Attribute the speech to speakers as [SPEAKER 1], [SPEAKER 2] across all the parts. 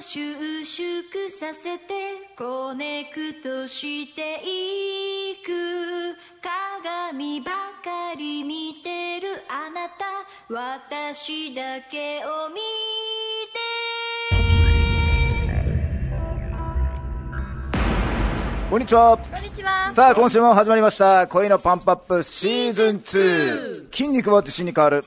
[SPEAKER 1] 収縮させてコネクトしていく鏡ばかり見てるあなた私だけを見
[SPEAKER 2] こんにちは。
[SPEAKER 1] てこんにちは
[SPEAKER 2] さあ、今週も始まりました。恋のパンプアップシーズン2。筋肉は自信に変わる。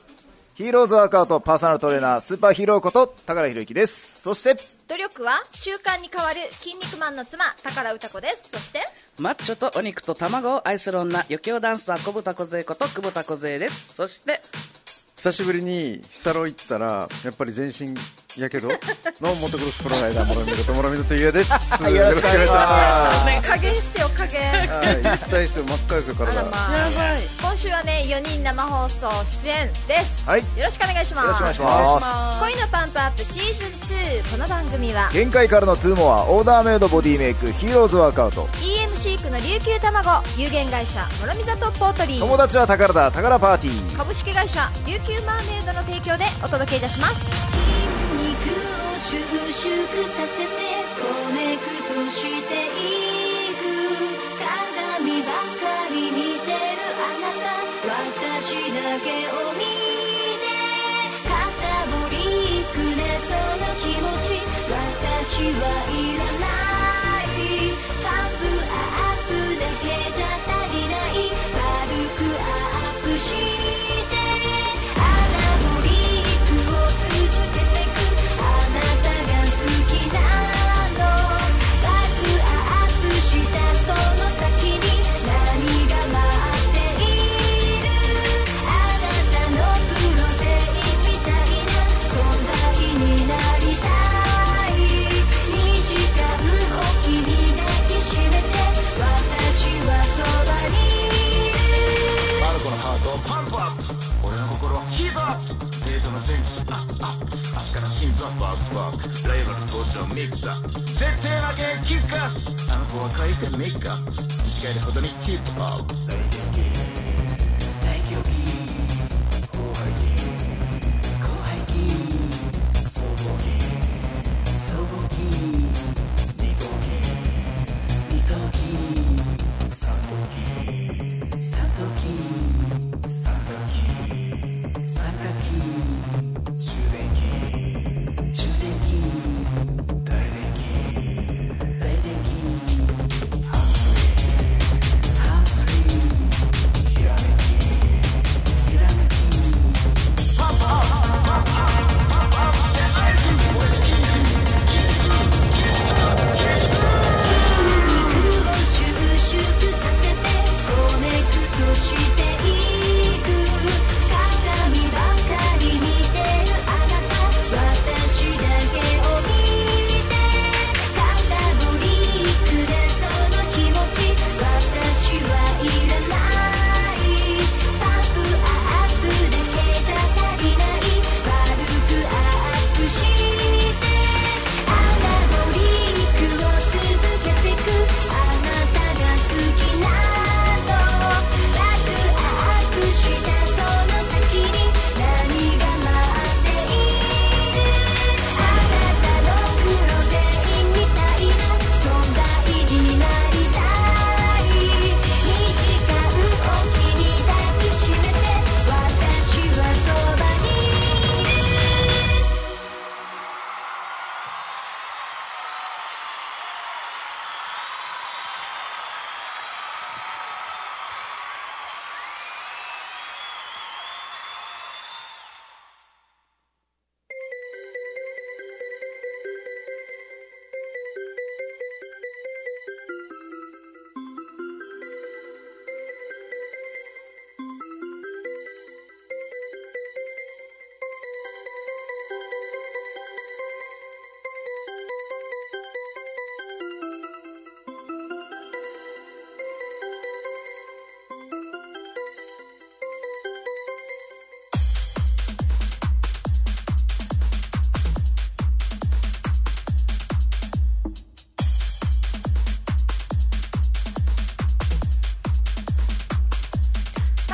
[SPEAKER 2] ヒーローズワークアウトパーソナルトレーナー、スーパーヒーローこと、高田博之です。そして、
[SPEAKER 1] 努力は習慣に変わる筋肉マンの妻宝歌子ですそして
[SPEAKER 3] マッチョとお肉と卵を愛する女余興ダンサー小豚梢こと久保田梢ですそして
[SPEAKER 4] 久しぶりに日サロ行ったらやっぱり全身やけどのモトクロスプロライダー諸見里諸見里優也です
[SPEAKER 2] はいよろしくお願いします
[SPEAKER 3] ね
[SPEAKER 1] 加減してよ加減
[SPEAKER 4] はい一体ですよ真っ赤ですよ
[SPEAKER 1] あ
[SPEAKER 4] 体
[SPEAKER 1] らまあ
[SPEAKER 3] ばい
[SPEAKER 1] 今週はね4人生放送出演です、
[SPEAKER 2] はい
[SPEAKER 1] よろしくお願いします
[SPEAKER 2] よろしくお願いします
[SPEAKER 1] 恋のパンプアップシーズン2この番組は
[SPEAKER 2] 限界からのトゥーモア、オーダーメイドボディメイク、ヒーローズワークアウト。
[SPEAKER 1] EM シークの琉球卵有限会社諸見里ポートリ
[SPEAKER 2] 友
[SPEAKER 1] ー
[SPEAKER 2] 達は宝だ、宝パーティー。
[SPEAKER 1] 株式会社琉球マーメイドの提供でお届けいたします
[SPEAKER 5] 収縮させてコネクトしていく鏡ばかり見てるあなた私だけを見て肩ぼりくねその気持ち私はいらないパンプアップだけじゃ足りない軽くアップしてアナボリックを続けてく「あなたが好きなの」「バックアップしたその先に何が待っている」「あなたのプロテインみたいな存在になりたい」「2時間おきに抱きしめて私はそばにいる」
[SPEAKER 6] マルコのハートをパンプアップ俺の心はヒートアップデートのセンスアップアップ明日から心臓バックバックライバル登場ミックスアップ絶対負けキックアップあの子は書いてメイクアップ短いほどにキープアップ
[SPEAKER 3] 大狂気後輩気総合気二等気二等気三等気三等気三等気三等気中電気中電気大電気ハムスリーハムスリー
[SPEAKER 5] 「収縮させてコネクトしていく」「鏡ばかり見てるあなた私だけを見て」「肩ぶりくれその気持ち私はいらない」「パップアップだけじゃ足りない」「軽くアップして」アナボリックを続けてくあなたが好きなのバックアップしたその先に何が待っているあなたのプロテインみたいな存在になりたい2時間おきに抱きしめて私はそばにいる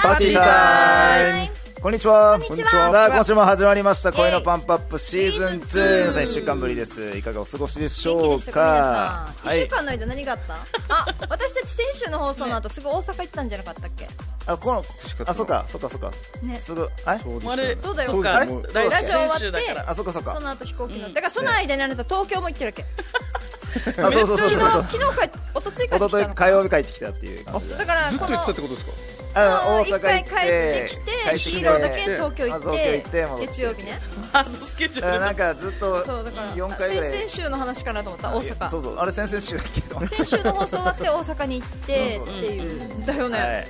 [SPEAKER 2] パーティータイム
[SPEAKER 1] イム
[SPEAKER 2] こんにちは。
[SPEAKER 7] こんにちは
[SPEAKER 2] さあ、今週も始まりました、
[SPEAKER 7] イェイ
[SPEAKER 2] 声のパンプアップシーズン
[SPEAKER 7] シーズン
[SPEAKER 2] 2。
[SPEAKER 7] 2
[SPEAKER 2] 皆さん1週間ぶりです。いかがお過ごしでし
[SPEAKER 7] 元気
[SPEAKER 2] ょ
[SPEAKER 7] で
[SPEAKER 2] う
[SPEAKER 7] した
[SPEAKER 2] か
[SPEAKER 7] か皆さん、
[SPEAKER 2] は
[SPEAKER 7] 一
[SPEAKER 2] い
[SPEAKER 7] 週。間の間何が あったあ私たち先週の放送の後すぐ大阪行ったんじゃなかったっけ
[SPEAKER 2] あ、この
[SPEAKER 4] しか、った
[SPEAKER 2] あ、そうか、そうか、そうか。
[SPEAKER 7] ね
[SPEAKER 2] すぐ、あれ
[SPEAKER 4] そうです
[SPEAKER 3] あれ
[SPEAKER 7] そうだよ
[SPEAKER 4] そうです
[SPEAKER 3] あれ
[SPEAKER 4] もう
[SPEAKER 3] 来
[SPEAKER 7] ラジオ
[SPEAKER 3] 先
[SPEAKER 7] 終
[SPEAKER 3] 週
[SPEAKER 7] わ
[SPEAKER 3] だ
[SPEAKER 7] って
[SPEAKER 3] から
[SPEAKER 2] あ、そうか、そう
[SPEAKER 7] そ
[SPEAKER 2] か。
[SPEAKER 7] の後飛行機乗ってだからその間にあなた東京も行ってるわけ
[SPEAKER 2] あ、そうそうそうそうそう。
[SPEAKER 7] 昨日昨日帰おとつい帰って
[SPEAKER 2] 一
[SPEAKER 7] きた
[SPEAKER 2] 昨
[SPEAKER 7] の
[SPEAKER 2] 日火曜日帰ってきたっていう感じで
[SPEAKER 7] だ。から
[SPEAKER 4] ずっと
[SPEAKER 7] こ
[SPEAKER 4] 言ってたっ
[SPEAKER 7] の
[SPEAKER 4] てことですか
[SPEAKER 2] あ
[SPEAKER 7] 一回帰ってきてヒーローだけ東京行
[SPEAKER 2] まず東京行って戻っ
[SPEAKER 7] っ
[SPEAKER 2] てて
[SPEAKER 7] 月曜日ね
[SPEAKER 3] ハードスケジュール
[SPEAKER 2] なんかずっと
[SPEAKER 7] そうだから
[SPEAKER 2] 4回ぐらい
[SPEAKER 7] 先々週の話かなと思った大
[SPEAKER 2] いやそう
[SPEAKER 7] 阪
[SPEAKER 2] そうあれ先々週だっけど
[SPEAKER 7] 先週の放送終わって大阪に行ってっていうだよね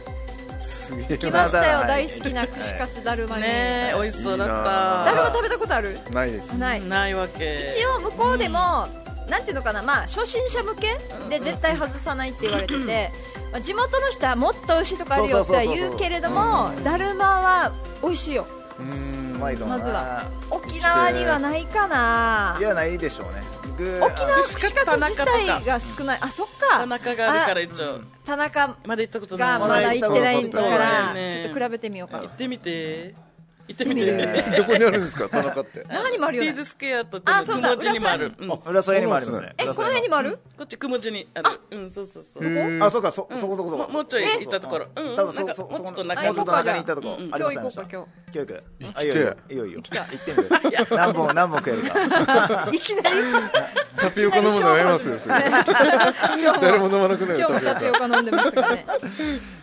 [SPEAKER 4] すげえ
[SPEAKER 7] 来ましたよ
[SPEAKER 2] はい
[SPEAKER 7] 大好きな串カツだるまに
[SPEAKER 3] ねえ美味しそうだった
[SPEAKER 7] だるま食べたことある
[SPEAKER 4] ないです
[SPEAKER 7] ない
[SPEAKER 3] ないわけ
[SPEAKER 7] 一応向こうでも、なんていうのかな、まあ、初心者向けで絶対外さないって言われてて、まあ、地元の人はもっと美味しいとこあるよっては言うけれどもだるまは美味しいよ
[SPEAKER 4] うー
[SPEAKER 2] うんんうまいと思うな
[SPEAKER 7] まずは沖縄にはないかない
[SPEAKER 2] やないでしょうね僕
[SPEAKER 7] 沖
[SPEAKER 2] あ
[SPEAKER 7] 縄串カツ自体が少ないあそっ
[SPEAKER 3] 田
[SPEAKER 7] か
[SPEAKER 3] 中があるから一応
[SPEAKER 7] 田中
[SPEAKER 3] まだ行ったことな
[SPEAKER 7] が
[SPEAKER 3] い
[SPEAKER 7] まだ行ってないか
[SPEAKER 2] まだ
[SPEAKER 3] 行った
[SPEAKER 7] ら
[SPEAKER 3] ことない
[SPEAKER 7] ちょっと比べてみようか
[SPEAKER 3] 行
[SPEAKER 7] な
[SPEAKER 3] ってみて行ってみ
[SPEAKER 2] ね
[SPEAKER 3] て
[SPEAKER 4] どこにあるんですか田中って
[SPEAKER 7] 何もある
[SPEAKER 3] ピ
[SPEAKER 7] よ
[SPEAKER 3] ー
[SPEAKER 7] ね
[SPEAKER 3] ズスクエアとこの
[SPEAKER 7] あそ
[SPEAKER 3] く
[SPEAKER 7] うだ
[SPEAKER 3] もじにもあるうんこ
[SPEAKER 2] 浦添にもありますね
[SPEAKER 7] えこの辺にもある
[SPEAKER 3] っちくもじにあるうんそうそうそう
[SPEAKER 2] 浦添にもあそうかそそこそこそ
[SPEAKER 3] も
[SPEAKER 2] こ
[SPEAKER 3] もうちょい行ったところ
[SPEAKER 2] う
[SPEAKER 3] うん
[SPEAKER 2] 多分そ
[SPEAKER 3] なんか
[SPEAKER 2] そ
[SPEAKER 3] もうちょっと
[SPEAKER 2] もう
[SPEAKER 3] 中
[SPEAKER 2] ちょっ
[SPEAKER 7] 行こう
[SPEAKER 2] と
[SPEAKER 7] か
[SPEAKER 2] 中に行ったとこあり
[SPEAKER 7] 今
[SPEAKER 2] ま
[SPEAKER 7] 日
[SPEAKER 2] したあり
[SPEAKER 7] 行こ
[SPEAKER 2] ま
[SPEAKER 7] う
[SPEAKER 2] した
[SPEAKER 7] か今
[SPEAKER 2] 教育あいいよいいよいいよいいよ行ってみる何本何本食えるか
[SPEAKER 7] 日いきなり
[SPEAKER 4] タピオカ飲むのやめますよそれ誰も飲まなくなる
[SPEAKER 7] 今日もタ
[SPEAKER 4] タピ
[SPEAKER 7] ピ
[SPEAKER 4] オ
[SPEAKER 7] オ
[SPEAKER 4] カ
[SPEAKER 7] カ飲んでますからね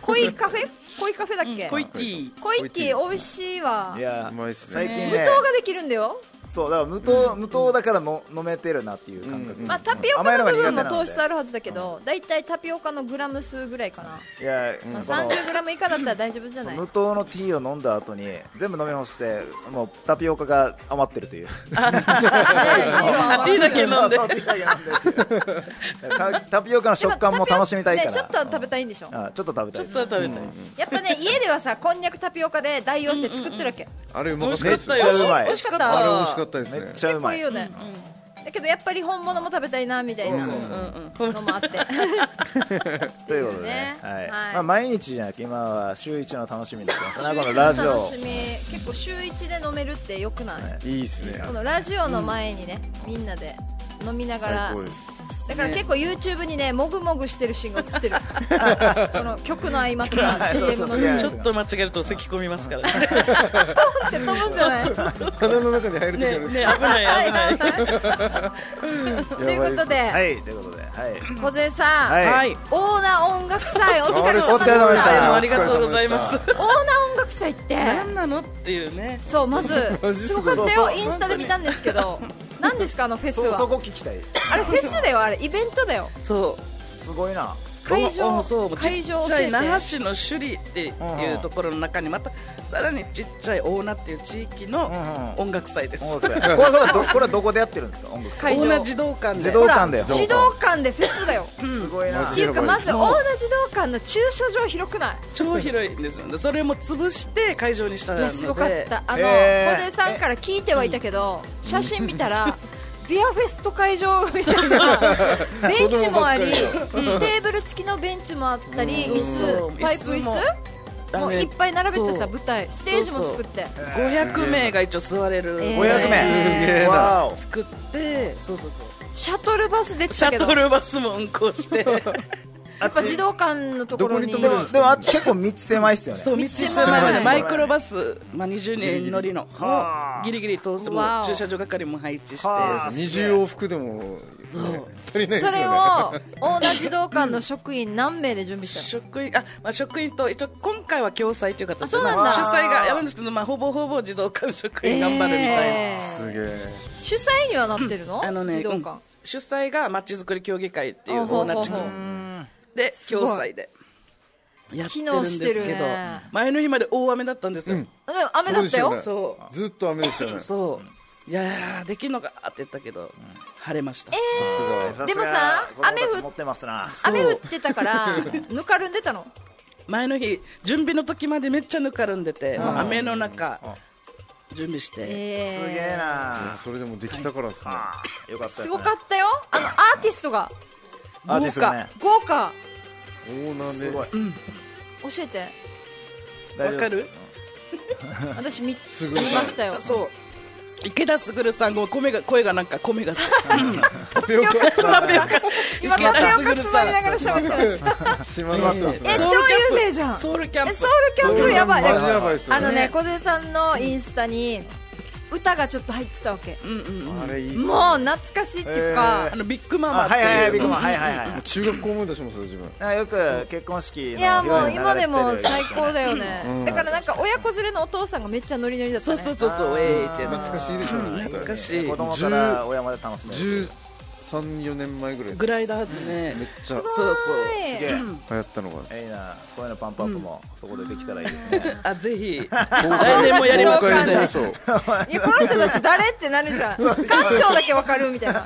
[SPEAKER 7] 恋カフェ恋カフェだっけ
[SPEAKER 3] コイティ
[SPEAKER 7] コイティ美味しいわ
[SPEAKER 2] い
[SPEAKER 7] 無
[SPEAKER 2] や
[SPEAKER 4] うまいっすね
[SPEAKER 2] 最近ね
[SPEAKER 7] 糖ができるんだよ、
[SPEAKER 2] そうだから無糖無糖だからの飲めてるなっていう感覚
[SPEAKER 7] まあ、タピオ
[SPEAKER 2] 甘
[SPEAKER 7] カ
[SPEAKER 2] い
[SPEAKER 7] の
[SPEAKER 2] が
[SPEAKER 7] 部
[SPEAKER 2] 苦手
[SPEAKER 7] 分
[SPEAKER 2] なの
[SPEAKER 7] も
[SPEAKER 2] で
[SPEAKER 7] 糖質あるはずだけどだいたいタピオカのグラム数ぐらいかな、
[SPEAKER 2] いや
[SPEAKER 7] まあ、
[SPEAKER 2] その
[SPEAKER 7] 30g 以下だったら大丈夫じゃない
[SPEAKER 2] 無糖のティーを飲んだ後に全部飲み干してもうタピオカが余ってると いう
[SPEAKER 3] あティーだけ飲んで
[SPEAKER 2] そうティーだけ飲んでっていうタタピオカの食感も楽しみたいから
[SPEAKER 7] でもタピオカねちょっと食べたいんでしょ、
[SPEAKER 2] あちょっと食べた
[SPEAKER 3] ちょ
[SPEAKER 2] い
[SPEAKER 3] っとは食べたい
[SPEAKER 7] やっ ぱね家ではさこんにゃくタピオカで代用して作ってるわけ、
[SPEAKER 4] あれうまかった
[SPEAKER 2] め
[SPEAKER 4] で
[SPEAKER 2] っ
[SPEAKER 4] す
[SPEAKER 2] ちゃうま
[SPEAKER 7] 美
[SPEAKER 2] い
[SPEAKER 7] 味しかっ
[SPEAKER 4] あれ美
[SPEAKER 7] た
[SPEAKER 4] 味しかったです
[SPEAKER 2] めっ
[SPEAKER 4] ね
[SPEAKER 2] ちゃ
[SPEAKER 7] 結
[SPEAKER 2] う
[SPEAKER 7] 構
[SPEAKER 2] ま
[SPEAKER 7] いい
[SPEAKER 2] い
[SPEAKER 7] よね、だけどやっぱり本物も食べたいなみたいなの もあって
[SPEAKER 2] ということでね
[SPEAKER 7] ね
[SPEAKER 2] はい
[SPEAKER 7] はい
[SPEAKER 2] まあ毎日じゃなくて今は週一の楽しみになってますねこのラジ
[SPEAKER 7] 週一の
[SPEAKER 2] オ
[SPEAKER 7] 楽しみ結構週一で飲めるってよくない、
[SPEAKER 4] いいっすね
[SPEAKER 7] このラジオの前にね、みんなで飲みながら
[SPEAKER 4] 最高です
[SPEAKER 7] だから結構 YouTube にねもぐもぐしてるシーンが映っ てるこの曲の合間とか CM の
[SPEAKER 2] そうそう
[SPEAKER 3] ちょっと間違えると咳込みますからね
[SPEAKER 7] って飛ぶんじゃない
[SPEAKER 4] 鼻の中に
[SPEAKER 3] ね
[SPEAKER 4] 入る時あるん
[SPEAKER 3] ね
[SPEAKER 4] です
[SPEAKER 3] 危ない危ない
[SPEAKER 7] ということで、
[SPEAKER 2] はいということではい
[SPEAKER 7] 小杉さん、
[SPEAKER 2] はい
[SPEAKER 3] はい
[SPEAKER 7] オーナー音楽祭お疲れ
[SPEAKER 2] お
[SPEAKER 7] 様
[SPEAKER 2] 疲れ様
[SPEAKER 7] で
[SPEAKER 2] で
[SPEAKER 7] し
[SPEAKER 2] したた
[SPEAKER 3] もうありがとうございます
[SPEAKER 7] オーナー音楽祭って
[SPEAKER 3] 何なのっていうね
[SPEAKER 7] そうまず
[SPEAKER 4] マジ
[SPEAKER 7] す
[SPEAKER 4] す
[SPEAKER 7] ご
[SPEAKER 4] ご
[SPEAKER 7] か
[SPEAKER 4] い
[SPEAKER 2] そ
[SPEAKER 7] った
[SPEAKER 2] う
[SPEAKER 7] よ
[SPEAKER 2] そう
[SPEAKER 7] インスタで見たんですけど何ですかあのフェス
[SPEAKER 2] そそ
[SPEAKER 7] は
[SPEAKER 2] こ聞きたい
[SPEAKER 7] あれフェスだよあれイベントだよ
[SPEAKER 3] そう
[SPEAKER 2] すごいな
[SPEAKER 7] 会場
[SPEAKER 3] おおそう
[SPEAKER 7] 会場
[SPEAKER 3] ちっち
[SPEAKER 7] 教
[SPEAKER 3] ゃ
[SPEAKER 7] えて
[SPEAKER 3] い那覇市の首里っていうところの中にまたさらにちっちゃい大名っていう地域の
[SPEAKER 2] うん
[SPEAKER 3] 音楽祭です、
[SPEAKER 2] 音楽祭 これこれはどこれはどこでやってるんですか音楽祭
[SPEAKER 7] 会場
[SPEAKER 3] 大名児童館で
[SPEAKER 2] 児童館だよ
[SPEAKER 7] ほら児童館でフェスだよ
[SPEAKER 2] すごいな
[SPEAKER 7] っ
[SPEAKER 4] マ
[SPEAKER 7] て
[SPEAKER 4] ジ
[SPEAKER 7] いうか
[SPEAKER 4] やばい
[SPEAKER 7] ま
[SPEAKER 4] で
[SPEAKER 7] ず大名児童館の駐車場広くない
[SPEAKER 3] 超広いんですよでそれも潰して会場にした
[SPEAKER 7] い
[SPEAKER 3] の
[SPEAKER 7] や
[SPEAKER 3] です
[SPEAKER 7] ごかったあの
[SPEAKER 2] えー
[SPEAKER 7] 小出さんから聞いてはいたけど写真見たらビアフェスト会場みたいなベンチもありテ
[SPEAKER 4] 子
[SPEAKER 7] ーブル付きのベンチもあったり
[SPEAKER 3] うん
[SPEAKER 7] 椅
[SPEAKER 3] そう
[SPEAKER 7] 子パイプ
[SPEAKER 3] 椅子も
[SPEAKER 7] 椅子もういっぱい並べて
[SPEAKER 3] そ
[SPEAKER 7] さ
[SPEAKER 3] う
[SPEAKER 7] 舞台ステージも作って
[SPEAKER 3] 500名が一応座れる、
[SPEAKER 7] えー
[SPEAKER 2] 500名
[SPEAKER 4] えー
[SPEAKER 2] わお
[SPEAKER 3] 作ってそうそうそう
[SPEAKER 7] シャトルバス出て
[SPEAKER 3] シ
[SPEAKER 7] たけ
[SPEAKER 3] ャ
[SPEAKER 7] ど
[SPEAKER 3] ト
[SPEAKER 7] や
[SPEAKER 3] ルバスも運行して
[SPEAKER 7] っぱ児童館のところに
[SPEAKER 4] どこ
[SPEAKER 2] で
[SPEAKER 4] に止める
[SPEAKER 2] もでもあっち結構道狭いっすよね
[SPEAKER 3] そう道下前までマイクロバス、まあ、20人乗りの
[SPEAKER 2] はあ
[SPEAKER 3] をギリギリ通しても
[SPEAKER 7] わお
[SPEAKER 3] 駐車場係も配置して
[SPEAKER 2] はあ
[SPEAKER 4] 二十往復でもね足りないです
[SPEAKER 7] そ
[SPEAKER 4] よ
[SPEAKER 7] れ
[SPEAKER 4] ね
[SPEAKER 7] を大名児童館の職員何名で準備した
[SPEAKER 3] 職員あ、まあ、職員と一応今回は共催という形で
[SPEAKER 7] あそうなんだ
[SPEAKER 3] まあ主催がやるんですけど、まあ、ほぼほぼ児童館職員
[SPEAKER 7] の
[SPEAKER 3] 頑張るみたいな、
[SPEAKER 7] えー
[SPEAKER 4] すげえ
[SPEAKER 7] 主催にはなってるの
[SPEAKER 3] あのね
[SPEAKER 7] 児童
[SPEAKER 3] うん
[SPEAKER 7] 館
[SPEAKER 3] 主催がまちづくり協議会っていう
[SPEAKER 7] あほう
[SPEAKER 3] 大
[SPEAKER 7] ほ
[SPEAKER 3] 名
[SPEAKER 7] うほう
[SPEAKER 3] 地区です
[SPEAKER 7] ごい
[SPEAKER 3] 共催でやってるんです
[SPEAKER 7] 機能して
[SPEAKER 3] け
[SPEAKER 7] る
[SPEAKER 3] ど
[SPEAKER 7] ね
[SPEAKER 3] 前の日まで大雨だったんですよ、
[SPEAKER 7] でも雨だった
[SPEAKER 4] そう
[SPEAKER 7] よ
[SPEAKER 4] です
[SPEAKER 3] そ
[SPEAKER 4] ずっと雨でしたよね
[SPEAKER 3] う
[SPEAKER 4] さ
[SPEAKER 3] そういやーできるのかって言ったけど晴れました、
[SPEAKER 4] す
[SPEAKER 2] さすが
[SPEAKER 7] でもさ
[SPEAKER 2] 子供たち
[SPEAKER 7] 雨降っ
[SPEAKER 2] 持ってますな
[SPEAKER 3] そう
[SPEAKER 7] 雨降ってたからぬかるんでたの
[SPEAKER 3] 前の日準備の時までめっちゃぬかるんでて、もう雨の中準備して、
[SPEAKER 2] す
[SPEAKER 7] え
[SPEAKER 2] げえ
[SPEAKER 4] が
[SPEAKER 2] な
[SPEAKER 4] それでもできたからですね
[SPEAKER 2] よかったですね
[SPEAKER 7] ー、すごかったよあのアーティストが
[SPEAKER 2] アーティストね
[SPEAKER 7] 豪華
[SPEAKER 4] オーナー
[SPEAKER 2] す
[SPEAKER 4] で
[SPEAKER 2] ごい
[SPEAKER 7] 教えて
[SPEAKER 2] 大丈夫
[SPEAKER 3] わかる
[SPEAKER 2] うん
[SPEAKER 7] 私見
[SPEAKER 4] すごい
[SPEAKER 7] 見ましたよ
[SPEAKER 3] そう池田卓さんごめん声が声がなんか米が
[SPEAKER 4] タピオカ
[SPEAKER 3] タピオカ
[SPEAKER 7] 今タピオカつまみながら喋ってます
[SPEAKER 4] 島の人です
[SPEAKER 7] え超
[SPEAKER 4] ね
[SPEAKER 7] 有名じゃん
[SPEAKER 3] ソウルキャン
[SPEAKER 7] え
[SPEAKER 3] プ
[SPEAKER 7] ソウルキャンプやばい
[SPEAKER 4] マジやばいですよ
[SPEAKER 7] あのね小杉さんのインスタに歌がちょっと入ってたわけ
[SPEAKER 3] うんうんうん
[SPEAKER 4] あれいい
[SPEAKER 7] もう懐かしいっていうか
[SPEAKER 3] あのビッグママ
[SPEAKER 2] あ
[SPEAKER 3] って
[SPEAKER 2] はいはいはいビッ
[SPEAKER 3] いう
[SPEAKER 2] グ
[SPEAKER 3] の
[SPEAKER 2] マンはいはいはい
[SPEAKER 4] もう中学校思い出しますよ自分
[SPEAKER 2] あよく結婚式の
[SPEAKER 7] いやもう
[SPEAKER 2] 披露宴
[SPEAKER 7] 今で
[SPEAKER 2] 流
[SPEAKER 7] も
[SPEAKER 2] れてる
[SPEAKER 7] 最高だよね、
[SPEAKER 4] うん
[SPEAKER 7] だからなんか親子連れのお父さんがめっちゃノリノリだった
[SPEAKER 3] そう
[SPEAKER 7] ね
[SPEAKER 3] そうそうそうえーってな
[SPEAKER 4] 懐かしいでしょ
[SPEAKER 3] うん懐かしい
[SPEAKER 2] 子供から親まで楽しめる
[SPEAKER 4] 134年前ぐらいです
[SPEAKER 3] グライダーズね
[SPEAKER 4] めっち
[SPEAKER 3] そ
[SPEAKER 4] ゃ
[SPEAKER 3] うそう
[SPEAKER 7] はい
[SPEAKER 2] すげえ
[SPEAKER 4] 流行ったのが
[SPEAKER 2] えいいなこういうのパンプアップもそこでできたらいいですね
[SPEAKER 3] あぜひ来年もやります
[SPEAKER 4] 公
[SPEAKER 3] の
[SPEAKER 4] 開
[SPEAKER 3] で
[SPEAKER 4] 放送
[SPEAKER 7] いやこの人たち誰ってなるじゃん館長だけわかるみたいな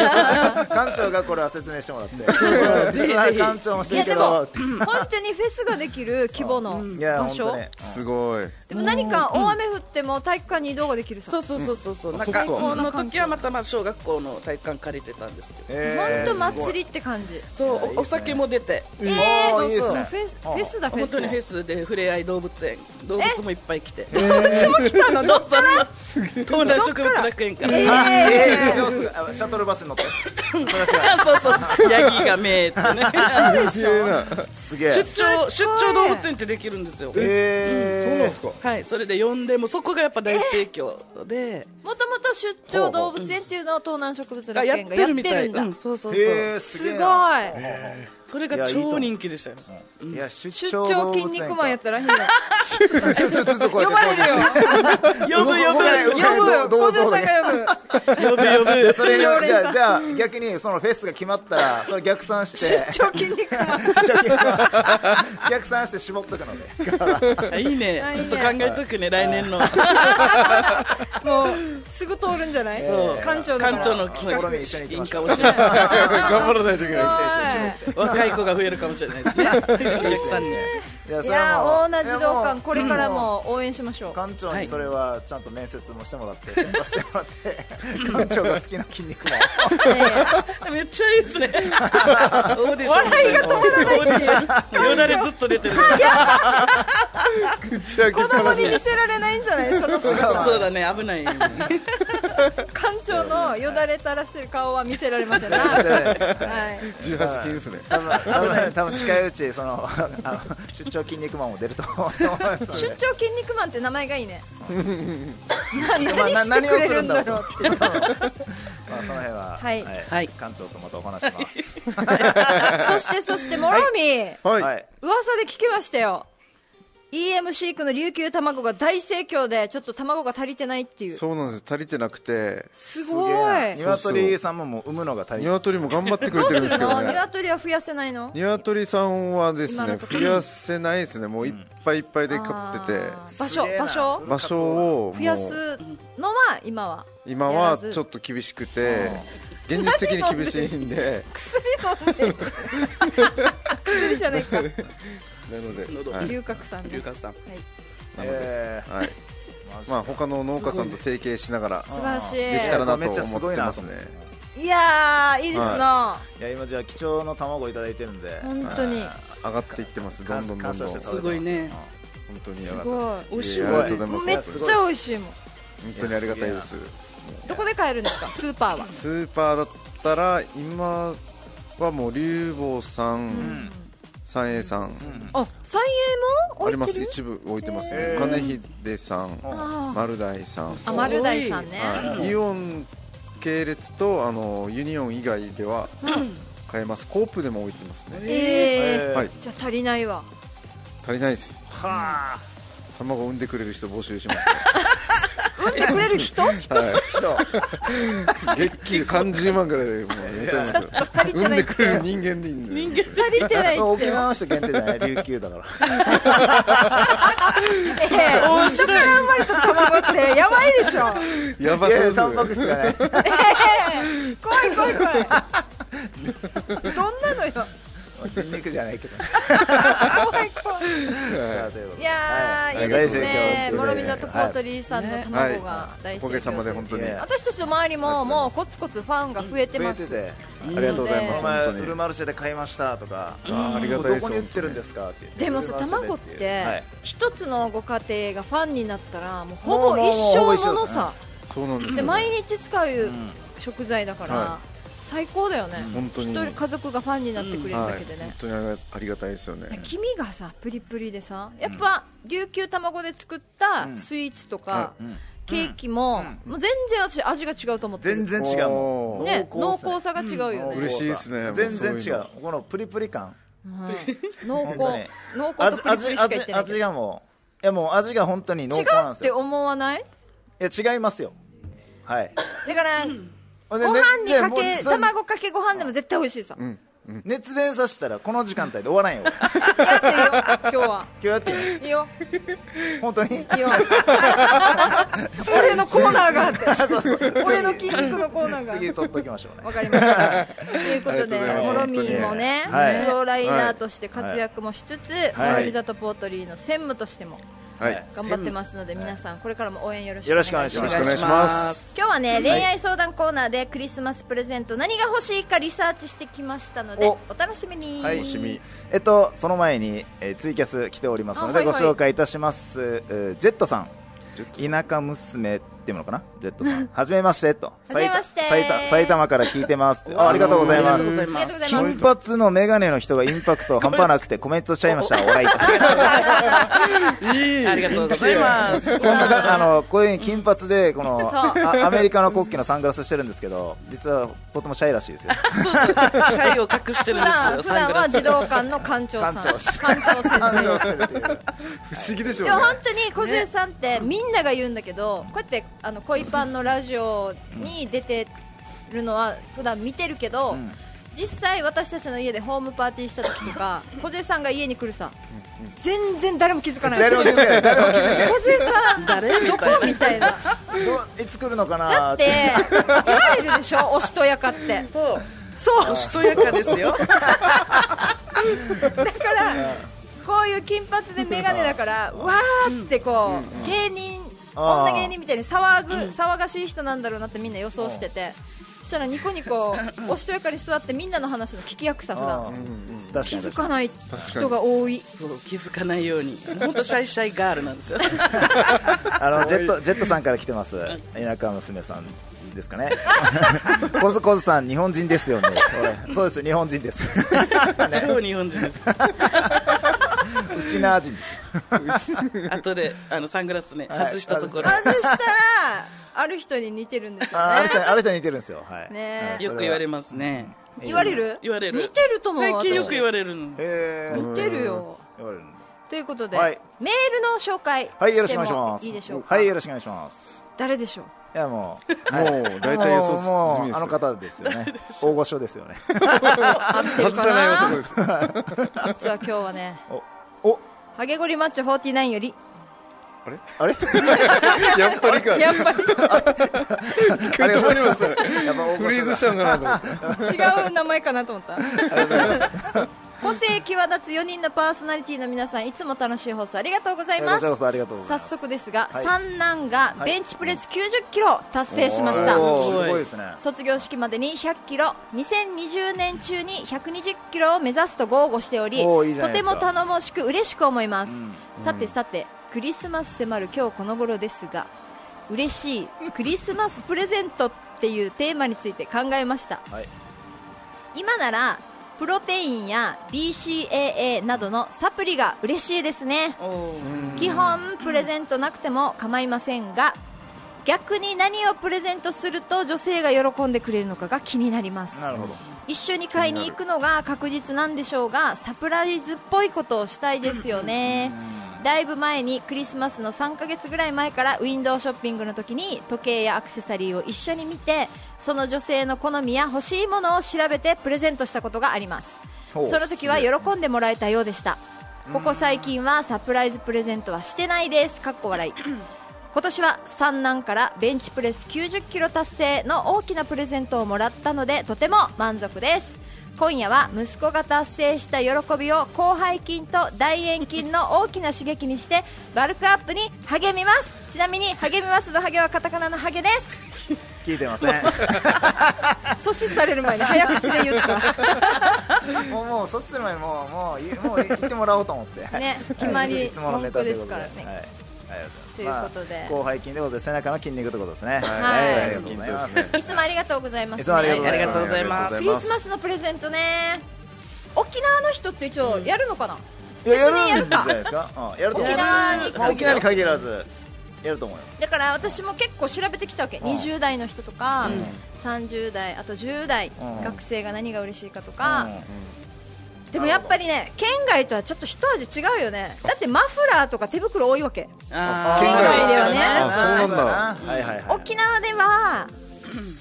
[SPEAKER 2] 館長がこれは説明してもらって
[SPEAKER 3] そうぜひぜひ
[SPEAKER 2] 館長もし
[SPEAKER 7] い
[SPEAKER 2] てる
[SPEAKER 7] や
[SPEAKER 2] け
[SPEAKER 7] で
[SPEAKER 2] ど
[SPEAKER 7] も本当にフェスができる規模の
[SPEAKER 2] いや
[SPEAKER 7] 場
[SPEAKER 2] 本
[SPEAKER 7] 所
[SPEAKER 2] 当ね
[SPEAKER 4] すごい
[SPEAKER 7] でも何か大雨降っても体育館に移動ができる
[SPEAKER 3] そ
[SPEAKER 7] さ
[SPEAKER 3] うそうそうそうそうなん
[SPEAKER 4] そっ
[SPEAKER 3] か
[SPEAKER 4] か
[SPEAKER 3] この時はまたまあ小学校の体育館借りてたんですけど
[SPEAKER 7] 本当祭
[SPEAKER 2] り
[SPEAKER 7] りって感じ
[SPEAKER 3] そうおお酒も出て
[SPEAKER 7] え
[SPEAKER 2] ー
[SPEAKER 7] ー
[SPEAKER 2] いいですね
[SPEAKER 7] フェスフェスだフェ
[SPEAKER 3] 本
[SPEAKER 7] ス
[SPEAKER 3] 当にフェスで触れ合い動物園動物もいっぱい来て
[SPEAKER 7] 来たの どっから
[SPEAKER 3] 東南植物楽園から
[SPEAKER 7] え
[SPEAKER 2] えー上手あシャトルバスに乗ってそれは知らない
[SPEAKER 3] そうそうヤギがめえってね
[SPEAKER 4] 綺麗な
[SPEAKER 2] すげえ
[SPEAKER 3] 出張出張動物園ってできるんですよ
[SPEAKER 2] え
[SPEAKER 4] そうなんですか
[SPEAKER 3] はいそれで呼んでもうそこがやっぱ大盛況で
[SPEAKER 7] もともと出張動物園っていうのを東南植物
[SPEAKER 3] あ
[SPEAKER 7] 楽
[SPEAKER 3] やっ
[SPEAKER 7] 園がや
[SPEAKER 3] て
[SPEAKER 7] っ
[SPEAKER 3] るみた
[SPEAKER 7] て
[SPEAKER 3] い
[SPEAKER 7] るんだ
[SPEAKER 3] うんそうそうそう
[SPEAKER 2] えーす
[SPEAKER 7] す
[SPEAKER 2] げえ
[SPEAKER 7] ごい
[SPEAKER 2] ない
[SPEAKER 3] それが超人気でしたよ
[SPEAKER 2] や出
[SPEAKER 7] 出
[SPEAKER 2] 張
[SPEAKER 7] 張
[SPEAKER 2] 動
[SPEAKER 7] 筋
[SPEAKER 2] 物園
[SPEAKER 7] 肉
[SPEAKER 2] か
[SPEAKER 7] マンやったら変だ
[SPEAKER 2] そうそうそうそうこうや
[SPEAKER 7] 呼ばれる
[SPEAKER 3] 呼ぶ
[SPEAKER 7] よ
[SPEAKER 3] 呼ぶ
[SPEAKER 2] 動かない
[SPEAKER 7] 呼ぶよ
[SPEAKER 2] どう
[SPEAKER 7] 小
[SPEAKER 2] ぞ
[SPEAKER 7] 杉さんが呼ぶ
[SPEAKER 3] 呼ぶ呼
[SPEAKER 2] で
[SPEAKER 3] ぶ
[SPEAKER 2] それじ
[SPEAKER 7] 常連さ
[SPEAKER 2] ゃ
[SPEAKER 7] ん
[SPEAKER 2] あじゃあ逆にそのフェスが決まったらそれ逆算して
[SPEAKER 7] 出張筋肉マン
[SPEAKER 2] 逆算して絞っとくので
[SPEAKER 3] あいいね
[SPEAKER 7] あいいね
[SPEAKER 3] ちょっと考えとくね来年の
[SPEAKER 7] もうすぐ通るんじゃない
[SPEAKER 3] そう
[SPEAKER 7] 館長だから
[SPEAKER 3] 館長の企
[SPEAKER 2] 心
[SPEAKER 3] 画
[SPEAKER 2] に一緒に
[SPEAKER 3] い
[SPEAKER 2] 行
[SPEAKER 3] い
[SPEAKER 2] きましょ
[SPEAKER 3] か
[SPEAKER 2] う
[SPEAKER 3] もしれない
[SPEAKER 4] 頑張らないといけない
[SPEAKER 7] はい
[SPEAKER 3] 若い子が増えるかもしれないですねお客さんに
[SPEAKER 2] いや
[SPEAKER 7] いやー大
[SPEAKER 2] 同じ
[SPEAKER 7] 名児童館これからも応援しましょう
[SPEAKER 2] 館長にそれはちゃんと面接もしてもらって選抜してもらって館長が好きな筋肉も
[SPEAKER 3] めっちゃいいですね オーディション笑いが止まらないオーディションよだれずっと出 てる
[SPEAKER 4] 口開け
[SPEAKER 7] 子
[SPEAKER 4] た
[SPEAKER 7] 供
[SPEAKER 4] ら
[SPEAKER 7] に見せられないんじゃないその
[SPEAKER 3] そうだね危ない
[SPEAKER 7] 館長のよだれ垂らしてる顔は見せられませんな はい
[SPEAKER 4] 18禁ですね
[SPEAKER 2] 多分多分多分近いうちそのあの出張筋肉マンも出ると思いますの
[SPEAKER 7] 出
[SPEAKER 2] で
[SPEAKER 7] 張筋肉マンって名前が いいね
[SPEAKER 2] まあな
[SPEAKER 7] 何してくれるんだ
[SPEAKER 2] 何
[SPEAKER 7] ろ
[SPEAKER 2] を
[SPEAKER 7] う
[SPEAKER 2] するんだろうっていうまあその辺は
[SPEAKER 7] はい
[SPEAKER 3] はい
[SPEAKER 2] 館長とまたお話します
[SPEAKER 7] そしてそしてモロミー
[SPEAKER 2] は
[SPEAKER 4] はい
[SPEAKER 2] い
[SPEAKER 7] 噂で聞きましたよ EM 飼育の琉球卵が大盛況でちょっと卵が足りてないっていう
[SPEAKER 4] そうなんです足りてなくて
[SPEAKER 7] す
[SPEAKER 2] す
[SPEAKER 7] ご
[SPEAKER 2] げ
[SPEAKER 7] い
[SPEAKER 2] え
[SPEAKER 7] ど
[SPEAKER 2] な鶏さんももう産むのが足りない
[SPEAKER 4] 鶏も頑張ってくれてるん
[SPEAKER 7] う
[SPEAKER 4] です
[SPEAKER 7] す
[SPEAKER 4] けど
[SPEAKER 7] の
[SPEAKER 4] ね
[SPEAKER 7] 鶏は増やせないの
[SPEAKER 4] 鶏さんはです
[SPEAKER 7] 今
[SPEAKER 4] ね
[SPEAKER 7] のとこ
[SPEAKER 4] 増
[SPEAKER 7] ろ
[SPEAKER 4] やせないですねもういっぱいいっぱいで飼ってて
[SPEAKER 7] あー場所
[SPEAKER 2] すげえな
[SPEAKER 7] 場所
[SPEAKER 4] 場所を
[SPEAKER 7] 増や
[SPEAKER 4] もう
[SPEAKER 7] すのは今 は
[SPEAKER 4] 今はちょっと厳しくて現実的に厳しいん で
[SPEAKER 7] 薬飲んで薬じゃないか
[SPEAKER 4] なので
[SPEAKER 3] 喉
[SPEAKER 4] はい
[SPEAKER 7] 龍角さん
[SPEAKER 3] 龍
[SPEAKER 7] ね
[SPEAKER 3] 角さん
[SPEAKER 7] はい
[SPEAKER 2] ええ
[SPEAKER 4] はいまあ他の農家さんと提携しながら
[SPEAKER 7] 素晴らし
[SPEAKER 4] できた
[SPEAKER 7] い
[SPEAKER 4] らな
[SPEAKER 2] めっち
[SPEAKER 4] と
[SPEAKER 2] ゃす
[SPEAKER 4] 思
[SPEAKER 2] ご
[SPEAKER 4] っ
[SPEAKER 2] い
[SPEAKER 4] て
[SPEAKER 2] な
[SPEAKER 4] ま
[SPEAKER 2] と
[SPEAKER 4] す
[SPEAKER 2] 思って
[SPEAKER 4] ね
[SPEAKER 7] いやーいいですない
[SPEAKER 2] や今じゃあ貴重な卵いただいてるんで
[SPEAKER 7] 本当に
[SPEAKER 4] 上がっていってますどんどんどんどん
[SPEAKER 2] 感謝して食べてま
[SPEAKER 4] 本
[SPEAKER 2] す
[SPEAKER 3] ごいね
[SPEAKER 4] 当に
[SPEAKER 7] す
[SPEAKER 4] 本
[SPEAKER 7] ご
[SPEAKER 3] 美味しい。
[SPEAKER 4] い
[SPEAKER 2] あ
[SPEAKER 4] や
[SPEAKER 2] りが
[SPEAKER 4] とうございま
[SPEAKER 7] い
[SPEAKER 4] す
[SPEAKER 7] めっちゃ美味しいもん
[SPEAKER 4] 当にありがたいです
[SPEAKER 7] どこで買えるんですかスーパーは
[SPEAKER 4] スーパーだったら今はもう龍坊さん三栄さん
[SPEAKER 7] あ三栄も
[SPEAKER 4] あ
[SPEAKER 7] 置
[SPEAKER 4] り
[SPEAKER 7] い
[SPEAKER 4] ま
[SPEAKER 7] て
[SPEAKER 4] す
[SPEAKER 7] る
[SPEAKER 4] 一部置いてます
[SPEAKER 2] へ
[SPEAKER 4] ね
[SPEAKER 2] ー
[SPEAKER 4] 金秀さん
[SPEAKER 7] あー
[SPEAKER 4] 丸大さん
[SPEAKER 7] あ丸大さんね
[SPEAKER 4] はいイオン系列とあのユニオン以外では買えますコープでも置いてますね
[SPEAKER 7] ええ
[SPEAKER 4] はい
[SPEAKER 7] じゃあ足りないわ
[SPEAKER 4] 足りないです
[SPEAKER 2] はあ
[SPEAKER 4] 卵産んでくれる人募集します
[SPEAKER 7] 産んでくれる人
[SPEAKER 4] はい
[SPEAKER 2] 人
[SPEAKER 4] 月給30万ぐらいでもうやってますよ
[SPEAKER 7] 足りて
[SPEAKER 4] 産ん
[SPEAKER 7] ない
[SPEAKER 4] で
[SPEAKER 7] って
[SPEAKER 4] くれる人間でいいんで人
[SPEAKER 7] 足りてないって
[SPEAKER 2] 沖縄の人限定 じゃない琉球だから
[SPEAKER 7] ええ人から生まれた卵ってやばいでしょ
[SPEAKER 4] 間やば
[SPEAKER 2] い
[SPEAKER 4] そう
[SPEAKER 2] や
[SPEAKER 4] で
[SPEAKER 2] タンパク
[SPEAKER 4] す
[SPEAKER 2] 質
[SPEAKER 4] よ
[SPEAKER 2] がね
[SPEAKER 7] 怖い怖い怖いどんなのよ
[SPEAKER 2] 筋肉じゃないけ どね さあということ
[SPEAKER 7] い
[SPEAKER 2] で
[SPEAKER 7] やー、
[SPEAKER 2] はい
[SPEAKER 7] いいで
[SPEAKER 2] 大
[SPEAKER 7] す
[SPEAKER 2] 盛
[SPEAKER 7] ね
[SPEAKER 2] 況、
[SPEAKER 7] モロミザとポートリーさんの卵が大盛況
[SPEAKER 4] おかげさまで本当に
[SPEAKER 2] いや
[SPEAKER 7] 私たちの周りももうコツコツファンが増えて
[SPEAKER 2] 増え
[SPEAKER 7] ま
[SPEAKER 2] て
[SPEAKER 7] す
[SPEAKER 2] て
[SPEAKER 4] ありがとうござ
[SPEAKER 2] こ
[SPEAKER 4] います
[SPEAKER 2] の
[SPEAKER 4] 本
[SPEAKER 2] 前
[SPEAKER 4] 当
[SPEAKER 2] ウ
[SPEAKER 4] に
[SPEAKER 2] ルマルシェで買いましたとか
[SPEAKER 4] あーありがたいです
[SPEAKER 2] どこに売ってるんですかって
[SPEAKER 7] でもさ卵っ
[SPEAKER 2] は
[SPEAKER 7] て
[SPEAKER 2] い
[SPEAKER 7] 一つのご家庭がファンになったらもう
[SPEAKER 2] も
[SPEAKER 7] ほ
[SPEAKER 2] う
[SPEAKER 7] ぼ
[SPEAKER 2] もう
[SPEAKER 7] 一
[SPEAKER 2] ほぼ一
[SPEAKER 7] 生
[SPEAKER 2] 緒
[SPEAKER 7] もの
[SPEAKER 2] ですね
[SPEAKER 7] さ
[SPEAKER 4] そうなんですよね
[SPEAKER 7] で毎日使ううん食材だか
[SPEAKER 4] は
[SPEAKER 7] ら最高だよね
[SPEAKER 4] 本当
[SPEAKER 7] 一
[SPEAKER 4] に
[SPEAKER 7] 人家族がファンになってくれるだ
[SPEAKER 4] はい
[SPEAKER 7] けで
[SPEAKER 4] 本
[SPEAKER 7] ね
[SPEAKER 4] 当にありがありがたいですよね
[SPEAKER 7] 黄身がさプリプリでさやっぱ琉球卵で作った
[SPEAKER 2] ん
[SPEAKER 7] スイーツとか
[SPEAKER 4] う
[SPEAKER 7] ケーキももう全然私味が違うと思ってる
[SPEAKER 2] 全然違うもん
[SPEAKER 4] お
[SPEAKER 7] ね濃
[SPEAKER 2] っすね
[SPEAKER 7] 厚さが違うよね
[SPEAKER 4] 嬉しいですね
[SPEAKER 2] 全然
[SPEAKER 4] もうそ
[SPEAKER 2] 違
[SPEAKER 4] ういう
[SPEAKER 2] う
[SPEAKER 4] の
[SPEAKER 2] このプリプリ感
[SPEAKER 7] うん濃厚
[SPEAKER 2] 本当に
[SPEAKER 7] 濃厚
[SPEAKER 2] 味
[SPEAKER 7] とプリ
[SPEAKER 2] 味
[SPEAKER 7] プリしか言っ
[SPEAKER 2] 味
[SPEAKER 7] てないけ
[SPEAKER 2] 味
[SPEAKER 7] ど
[SPEAKER 2] がもういやもう味が本当に濃
[SPEAKER 7] 違
[SPEAKER 2] 厚な
[SPEAKER 7] うんっ
[SPEAKER 2] です
[SPEAKER 7] て
[SPEAKER 2] よ
[SPEAKER 7] 思わない
[SPEAKER 2] いや違いますよはい
[SPEAKER 7] だから
[SPEAKER 2] ご
[SPEAKER 7] ご飯にかけ卵かけご飯でも絶対美味しいさや
[SPEAKER 2] 熱弁させたらこの時間帯で終わらんよ俺今
[SPEAKER 7] っていいよ今日は
[SPEAKER 2] 日やっていい
[SPEAKER 7] いいよ
[SPEAKER 2] の本当に
[SPEAKER 7] いいよ俺のコーナーがあって
[SPEAKER 2] そうそう
[SPEAKER 7] 俺の筋肉のコーナーが
[SPEAKER 2] 次取っときましょうね
[SPEAKER 7] わかりましたということで
[SPEAKER 4] ありがと
[SPEAKER 7] モ
[SPEAKER 4] うござ
[SPEAKER 7] ロ
[SPEAKER 4] います
[SPEAKER 7] ミーもねプ
[SPEAKER 2] はい
[SPEAKER 7] ロライダーとして活躍もしつつ
[SPEAKER 2] い
[SPEAKER 7] モロミザとポートリーの専務としても
[SPEAKER 4] はい
[SPEAKER 7] 頑張ってますので皆さんこれからも応援よろしく
[SPEAKER 2] よ
[SPEAKER 7] お願
[SPEAKER 2] ろ
[SPEAKER 7] い
[SPEAKER 2] しく
[SPEAKER 7] し
[SPEAKER 2] お願
[SPEAKER 7] ま
[SPEAKER 2] いし
[SPEAKER 7] す
[SPEAKER 2] ま
[SPEAKER 4] よ
[SPEAKER 2] す
[SPEAKER 4] ろしくお願いします
[SPEAKER 7] 今日はね恋愛相談コーナーでクリスマスプレゼント何が欲しいかリサーチしてきましたので
[SPEAKER 2] お
[SPEAKER 7] お楽しみに
[SPEAKER 2] はい
[SPEAKER 4] 楽しみ
[SPEAKER 2] えっと、その前に、えーツイキャス来ておりますので
[SPEAKER 7] あはい
[SPEAKER 2] ご
[SPEAKER 7] はい
[SPEAKER 2] 紹介いたします、えージェットさん
[SPEAKER 4] ジェット
[SPEAKER 2] 田舎娘っていうのかなジェット さんはじめましてと
[SPEAKER 7] はじめまして
[SPEAKER 2] 埼玉埼玉埼玉から聞いてますってあありがとうござい
[SPEAKER 3] あ
[SPEAKER 2] ま
[SPEAKER 3] りがとうござ
[SPEAKER 2] す
[SPEAKER 3] い
[SPEAKER 7] あり
[SPEAKER 3] ま
[SPEAKER 7] が
[SPEAKER 3] す
[SPEAKER 7] とうございま
[SPEAKER 2] 金
[SPEAKER 7] す
[SPEAKER 2] 髪のメガネの人がインパクト半端なくてコメントしちゃいましたおらいと
[SPEAKER 4] いい
[SPEAKER 3] ありがとうございます。
[SPEAKER 2] こんなか あのこういうふうに金髪でこの
[SPEAKER 7] そう
[SPEAKER 2] あアメリカの国旗のサングラスしてるんですけど実はとてもシャイらしいですよ
[SPEAKER 3] シャイを隠してる
[SPEAKER 7] 普
[SPEAKER 3] んですよ。
[SPEAKER 7] 段普
[SPEAKER 3] サン
[SPEAKER 7] 段
[SPEAKER 3] グ
[SPEAKER 7] は
[SPEAKER 3] ラス
[SPEAKER 7] 児童館の館長さん
[SPEAKER 2] 館長さん
[SPEAKER 7] 館長先
[SPEAKER 2] 感
[SPEAKER 7] 生
[SPEAKER 2] 情して るという
[SPEAKER 4] 不思議でし
[SPEAKER 7] で
[SPEAKER 4] ょう
[SPEAKER 7] も本
[SPEAKER 4] ね
[SPEAKER 7] 当に小杉さんってみんなが言うんだけど、こうやってあの恋パンのラジオに出てるのは普段見てるけど、実際私たちの家でホームパーティーした時とか小杉さんが家に来るさ、全然誰も気づかない
[SPEAKER 2] 誰も気づかない誰も気づか
[SPEAKER 7] 小杉さん
[SPEAKER 3] 誰みたい
[SPEAKER 7] みたいな
[SPEAKER 2] ないどういつ来るのかなー
[SPEAKER 7] って言われるでしょおしとやかって
[SPEAKER 3] な。そう。おしとやかですよ。
[SPEAKER 7] だからこういう金髪で眼鏡だからわーってこう芸人
[SPEAKER 2] あー
[SPEAKER 7] 女芸人みたいに騒ぐ騒がしい人なんだろうなってみんな予想しててそしたらニコニコおしとやかに座ってみんなの話の聞き役さ普
[SPEAKER 2] あ
[SPEAKER 7] 段
[SPEAKER 2] ー確
[SPEAKER 7] 気
[SPEAKER 2] かに
[SPEAKER 7] づかない人が多い
[SPEAKER 3] そう気づかないように。本当シャイシャイガールなんです よ。
[SPEAKER 2] あのジェットジェットさんから来てます田舎娘さんです かねコズコズさん日本人ですよねこれそうです日本人です
[SPEAKER 3] 超日本人です。
[SPEAKER 2] うちなー人です
[SPEAKER 3] 後であのサングラスね
[SPEAKER 2] はい
[SPEAKER 3] 外したところ
[SPEAKER 7] まずしたらある人に似てるんです
[SPEAKER 2] あーあ
[SPEAKER 7] よ
[SPEAKER 2] の
[SPEAKER 7] ね
[SPEAKER 2] 人あの人に似てるんですよはい
[SPEAKER 7] ね
[SPEAKER 2] はい
[SPEAKER 3] よく言われますね。
[SPEAKER 7] 言われる
[SPEAKER 3] 言われる。
[SPEAKER 7] 似てると思う
[SPEAKER 3] 最近よく
[SPEAKER 7] 私
[SPEAKER 3] 言われるの。
[SPEAKER 2] へー
[SPEAKER 7] 似てるよ
[SPEAKER 2] 言われる
[SPEAKER 7] ということで、
[SPEAKER 2] はい
[SPEAKER 7] メールの紹介
[SPEAKER 2] はいよろし
[SPEAKER 7] し
[SPEAKER 2] てくお願いしま
[SPEAKER 7] も
[SPEAKER 2] す
[SPEAKER 7] いいでしょうか、
[SPEAKER 2] はいよろしくお願いします
[SPEAKER 7] 誰でしょ
[SPEAKER 2] い
[SPEAKER 7] う
[SPEAKER 2] やもう
[SPEAKER 4] もう大体予想済
[SPEAKER 2] も
[SPEAKER 4] み
[SPEAKER 2] う
[SPEAKER 4] です
[SPEAKER 2] あの方ですよね大御所ですよね
[SPEAKER 4] 外さない男です
[SPEAKER 7] 実は今日はね
[SPEAKER 2] おお
[SPEAKER 7] ハゲゴリマッチョ49より
[SPEAKER 2] あれ
[SPEAKER 4] やっぱりか
[SPEAKER 7] やっぱ
[SPEAKER 2] あ
[SPEAKER 7] り
[SPEAKER 2] りがとうござい
[SPEAKER 4] ま
[SPEAKER 2] ます
[SPEAKER 4] した
[SPEAKER 2] やっぱ大
[SPEAKER 4] フ
[SPEAKER 2] 御
[SPEAKER 4] リー
[SPEAKER 2] 所
[SPEAKER 4] ズ
[SPEAKER 2] だ
[SPEAKER 4] しちゃうんかなと思って
[SPEAKER 7] 違う名前かなと思った個性際立つ4人のパーソナリティの皆さんいつも楽しい放送ありがとうござい
[SPEAKER 2] こ
[SPEAKER 7] ま
[SPEAKER 2] ち
[SPEAKER 7] す
[SPEAKER 2] らこそありがとうござい
[SPEAKER 7] 早
[SPEAKER 2] ます
[SPEAKER 7] 速ですが、
[SPEAKER 2] はい
[SPEAKER 7] 三男がベンチプレス9 0キロ達成しました
[SPEAKER 2] おーすごいですね
[SPEAKER 7] 卒業式までに1 0 0キロ2020年中に1 2 0キロを目指すと豪語しており
[SPEAKER 2] おーいいじゃ
[SPEAKER 7] と
[SPEAKER 2] ないで
[SPEAKER 7] て
[SPEAKER 2] すか
[SPEAKER 7] も頼もしく嬉しく思います、さてさてクリスマス迫る今日この頃ですが嬉しいクリスマスプレゼントっていうテーマについて考えました
[SPEAKER 2] はい
[SPEAKER 7] 今ならプロテインや BCAA などのサプリが嬉しいですね
[SPEAKER 3] おー
[SPEAKER 7] 基本プレゼントなくても構いませんが逆に何をプレゼントすると女性が喜んでくれるのかが気になります
[SPEAKER 2] なるほど
[SPEAKER 7] 一緒に買いに行くのが確実なんでしょうがサプライズっぽいことをしたいですよねだいぶ前にクリスマスの3ヶ月ぐらい前からウィンドウショッピングの時に時計やアクセサリーを一緒に見てその女性の好みや欲しいものを調べてプレゼントしたことがあります
[SPEAKER 2] ほう
[SPEAKER 7] その時は喜んでもらえたようでしたここ最近はサプライズプレゼントはしてないですかっこ笑い今年は三男からベンチプレス9 0キロ達成の大きなプレゼントをもらったのでとても満足です今夜は息子が達成した喜びを広背筋と大円筋の大きな刺激にしてバルクアップに励みますちなみに励みますのハゲはカタカナのハゲです
[SPEAKER 2] 聞いてません
[SPEAKER 7] 阻止される前に早口で 言った
[SPEAKER 2] もうもう阻止する前にもうもう言うもう言ってもらおうと思って
[SPEAKER 7] ね
[SPEAKER 2] はい
[SPEAKER 7] 決まり
[SPEAKER 2] いつものネタということ
[SPEAKER 7] 文句ですからね
[SPEAKER 2] はいありが
[SPEAKER 7] ということで
[SPEAKER 2] 後背筋ということで背中の筋肉ということですねはい
[SPEAKER 7] はい
[SPEAKER 2] ありがとうございます
[SPEAKER 7] いつもありがとうございます、ね、
[SPEAKER 2] いつもありがとうございます
[SPEAKER 3] ありがとうございます
[SPEAKER 4] あ
[SPEAKER 7] ク
[SPEAKER 4] り
[SPEAKER 7] リ
[SPEAKER 4] がとうございます
[SPEAKER 7] スマスのプレゼントね沖縄の人って一応やるのかな、
[SPEAKER 2] いやや
[SPEAKER 7] 別にや
[SPEAKER 2] る
[SPEAKER 7] る
[SPEAKER 2] んじゃ
[SPEAKER 7] か
[SPEAKER 2] ないですかうんやると思う
[SPEAKER 7] 沖縄に
[SPEAKER 2] まあ沖縄に限らずやると思います
[SPEAKER 7] だから私も結構調べてきたわけ、20代の人とか、30代あと10代、
[SPEAKER 2] うん
[SPEAKER 7] 学生が何が嬉しいかと
[SPEAKER 2] う
[SPEAKER 7] か、
[SPEAKER 2] ん
[SPEAKER 7] でもやっぱりね県外とはちょっと一味違うよねだってマフラーとか手袋多いわけ
[SPEAKER 3] あ
[SPEAKER 7] 県外ではね
[SPEAKER 4] あそうなんだ
[SPEAKER 2] はいはいはい
[SPEAKER 7] 沖縄では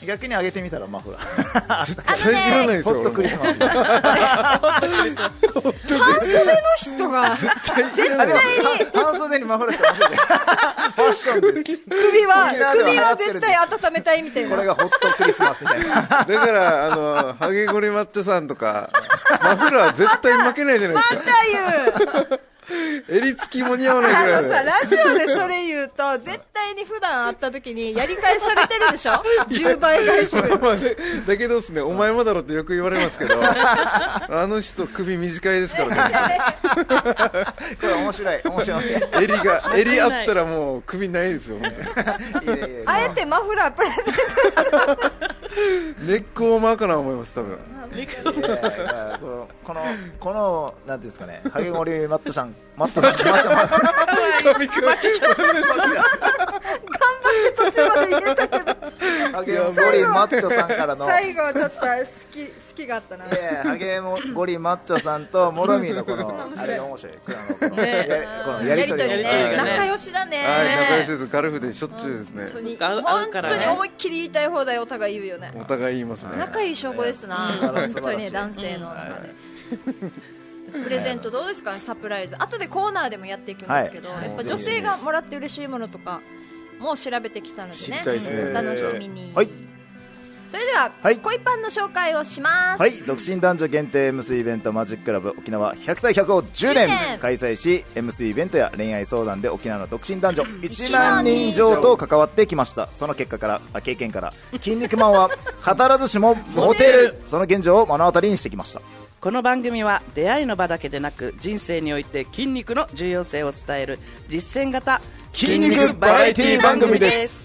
[SPEAKER 2] 逆に上げてみたらマフラ ー
[SPEAKER 7] あの
[SPEAKER 4] 絶対いらない
[SPEAKER 7] ね
[SPEAKER 4] です
[SPEAKER 2] ホ
[SPEAKER 4] よ
[SPEAKER 2] ットクリスマス絶
[SPEAKER 7] 半袖の人が
[SPEAKER 2] 対に半袖にマフラーしてまファッションです
[SPEAKER 7] 首 は
[SPEAKER 2] 沖縄では
[SPEAKER 7] 首
[SPEAKER 2] 流行
[SPEAKER 7] は
[SPEAKER 2] ってる
[SPEAKER 7] 絶対温めたいみたい
[SPEAKER 2] これ
[SPEAKER 7] な
[SPEAKER 2] がホットクリスマスみたいな
[SPEAKER 4] だからあのハゲゴリマッチョさんとかマフラー絶対負けないじゃない
[SPEAKER 7] ま
[SPEAKER 4] です
[SPEAKER 7] た
[SPEAKER 4] か
[SPEAKER 7] 言う
[SPEAKER 4] 襟付きも似合わないぐらい
[SPEAKER 7] あの
[SPEAKER 4] の
[SPEAKER 7] さラジオでそれ言うと絶対に普段会った時にやり返されてるでしょ10倍返 し
[SPEAKER 4] まあまあねだけどですね、お前もだろってよく言われます けど、あの人、首短いですからね、
[SPEAKER 2] これ面白い面白いいいね
[SPEAKER 4] 襟が、襟あったらもう首ないですよ、本
[SPEAKER 2] いいね
[SPEAKER 7] あえてマフラープレゼント
[SPEAKER 4] 当に根っこをまかな思います、多分
[SPEAKER 2] いやいやこのこのこのなんていうんですかねハゲゴリマットさんマットさんマットマット
[SPEAKER 4] 髪か
[SPEAKER 7] 途中まで入れたけど
[SPEAKER 2] ハゲゴリマッチョさんからの
[SPEAKER 7] 最後ちょっと好き好きがあったない
[SPEAKER 2] やハゲもゴリマッチョさんとモロミーのこのあれが面白いこのこの
[SPEAKER 3] ね
[SPEAKER 2] やこのやりとり
[SPEAKER 3] やりとり
[SPEAKER 2] が
[SPEAKER 3] ね
[SPEAKER 7] 仲良しだね
[SPEAKER 4] はい、仲良しです、ガルフでしょっちゅうですね、
[SPEAKER 3] そうか合う合
[SPEAKER 7] 本
[SPEAKER 3] う
[SPEAKER 7] 当
[SPEAKER 3] から
[SPEAKER 7] に
[SPEAKER 3] ね
[SPEAKER 7] 思いっきり言いたい放題お互い言うよね
[SPEAKER 4] お互い言いますね、
[SPEAKER 7] 仲いい証拠ですな
[SPEAKER 2] 素晴らし
[SPEAKER 7] 本
[SPEAKER 2] い
[SPEAKER 7] 当にね男性の中でプレゼントどうですかねサプライズ後でコーナーでもやっていくんですけど、
[SPEAKER 2] はい
[SPEAKER 7] やっぱ女性がもらって嬉しいものとかもう調べてきたので
[SPEAKER 4] 知
[SPEAKER 7] ね
[SPEAKER 4] りたいですね
[SPEAKER 7] お楽しみに、
[SPEAKER 2] はい
[SPEAKER 7] それでは、
[SPEAKER 2] はい
[SPEAKER 7] 恋パンの紹介をします、
[SPEAKER 2] はい、独身男女限定 MC イベントマジッククラブ沖縄100対100を10年
[SPEAKER 7] 10年
[SPEAKER 2] 開催し MC イベントや恋愛相談で沖縄の独身男女1万人以上と関わってきましたその結果からあ経験から筋肉マン は働ずしもモテるその現状を目の当たりにしてきました
[SPEAKER 3] この番組は出会いの場だけでなく人生において筋肉の重要性を伝える実践型
[SPEAKER 2] 筋肉バラエティ番組です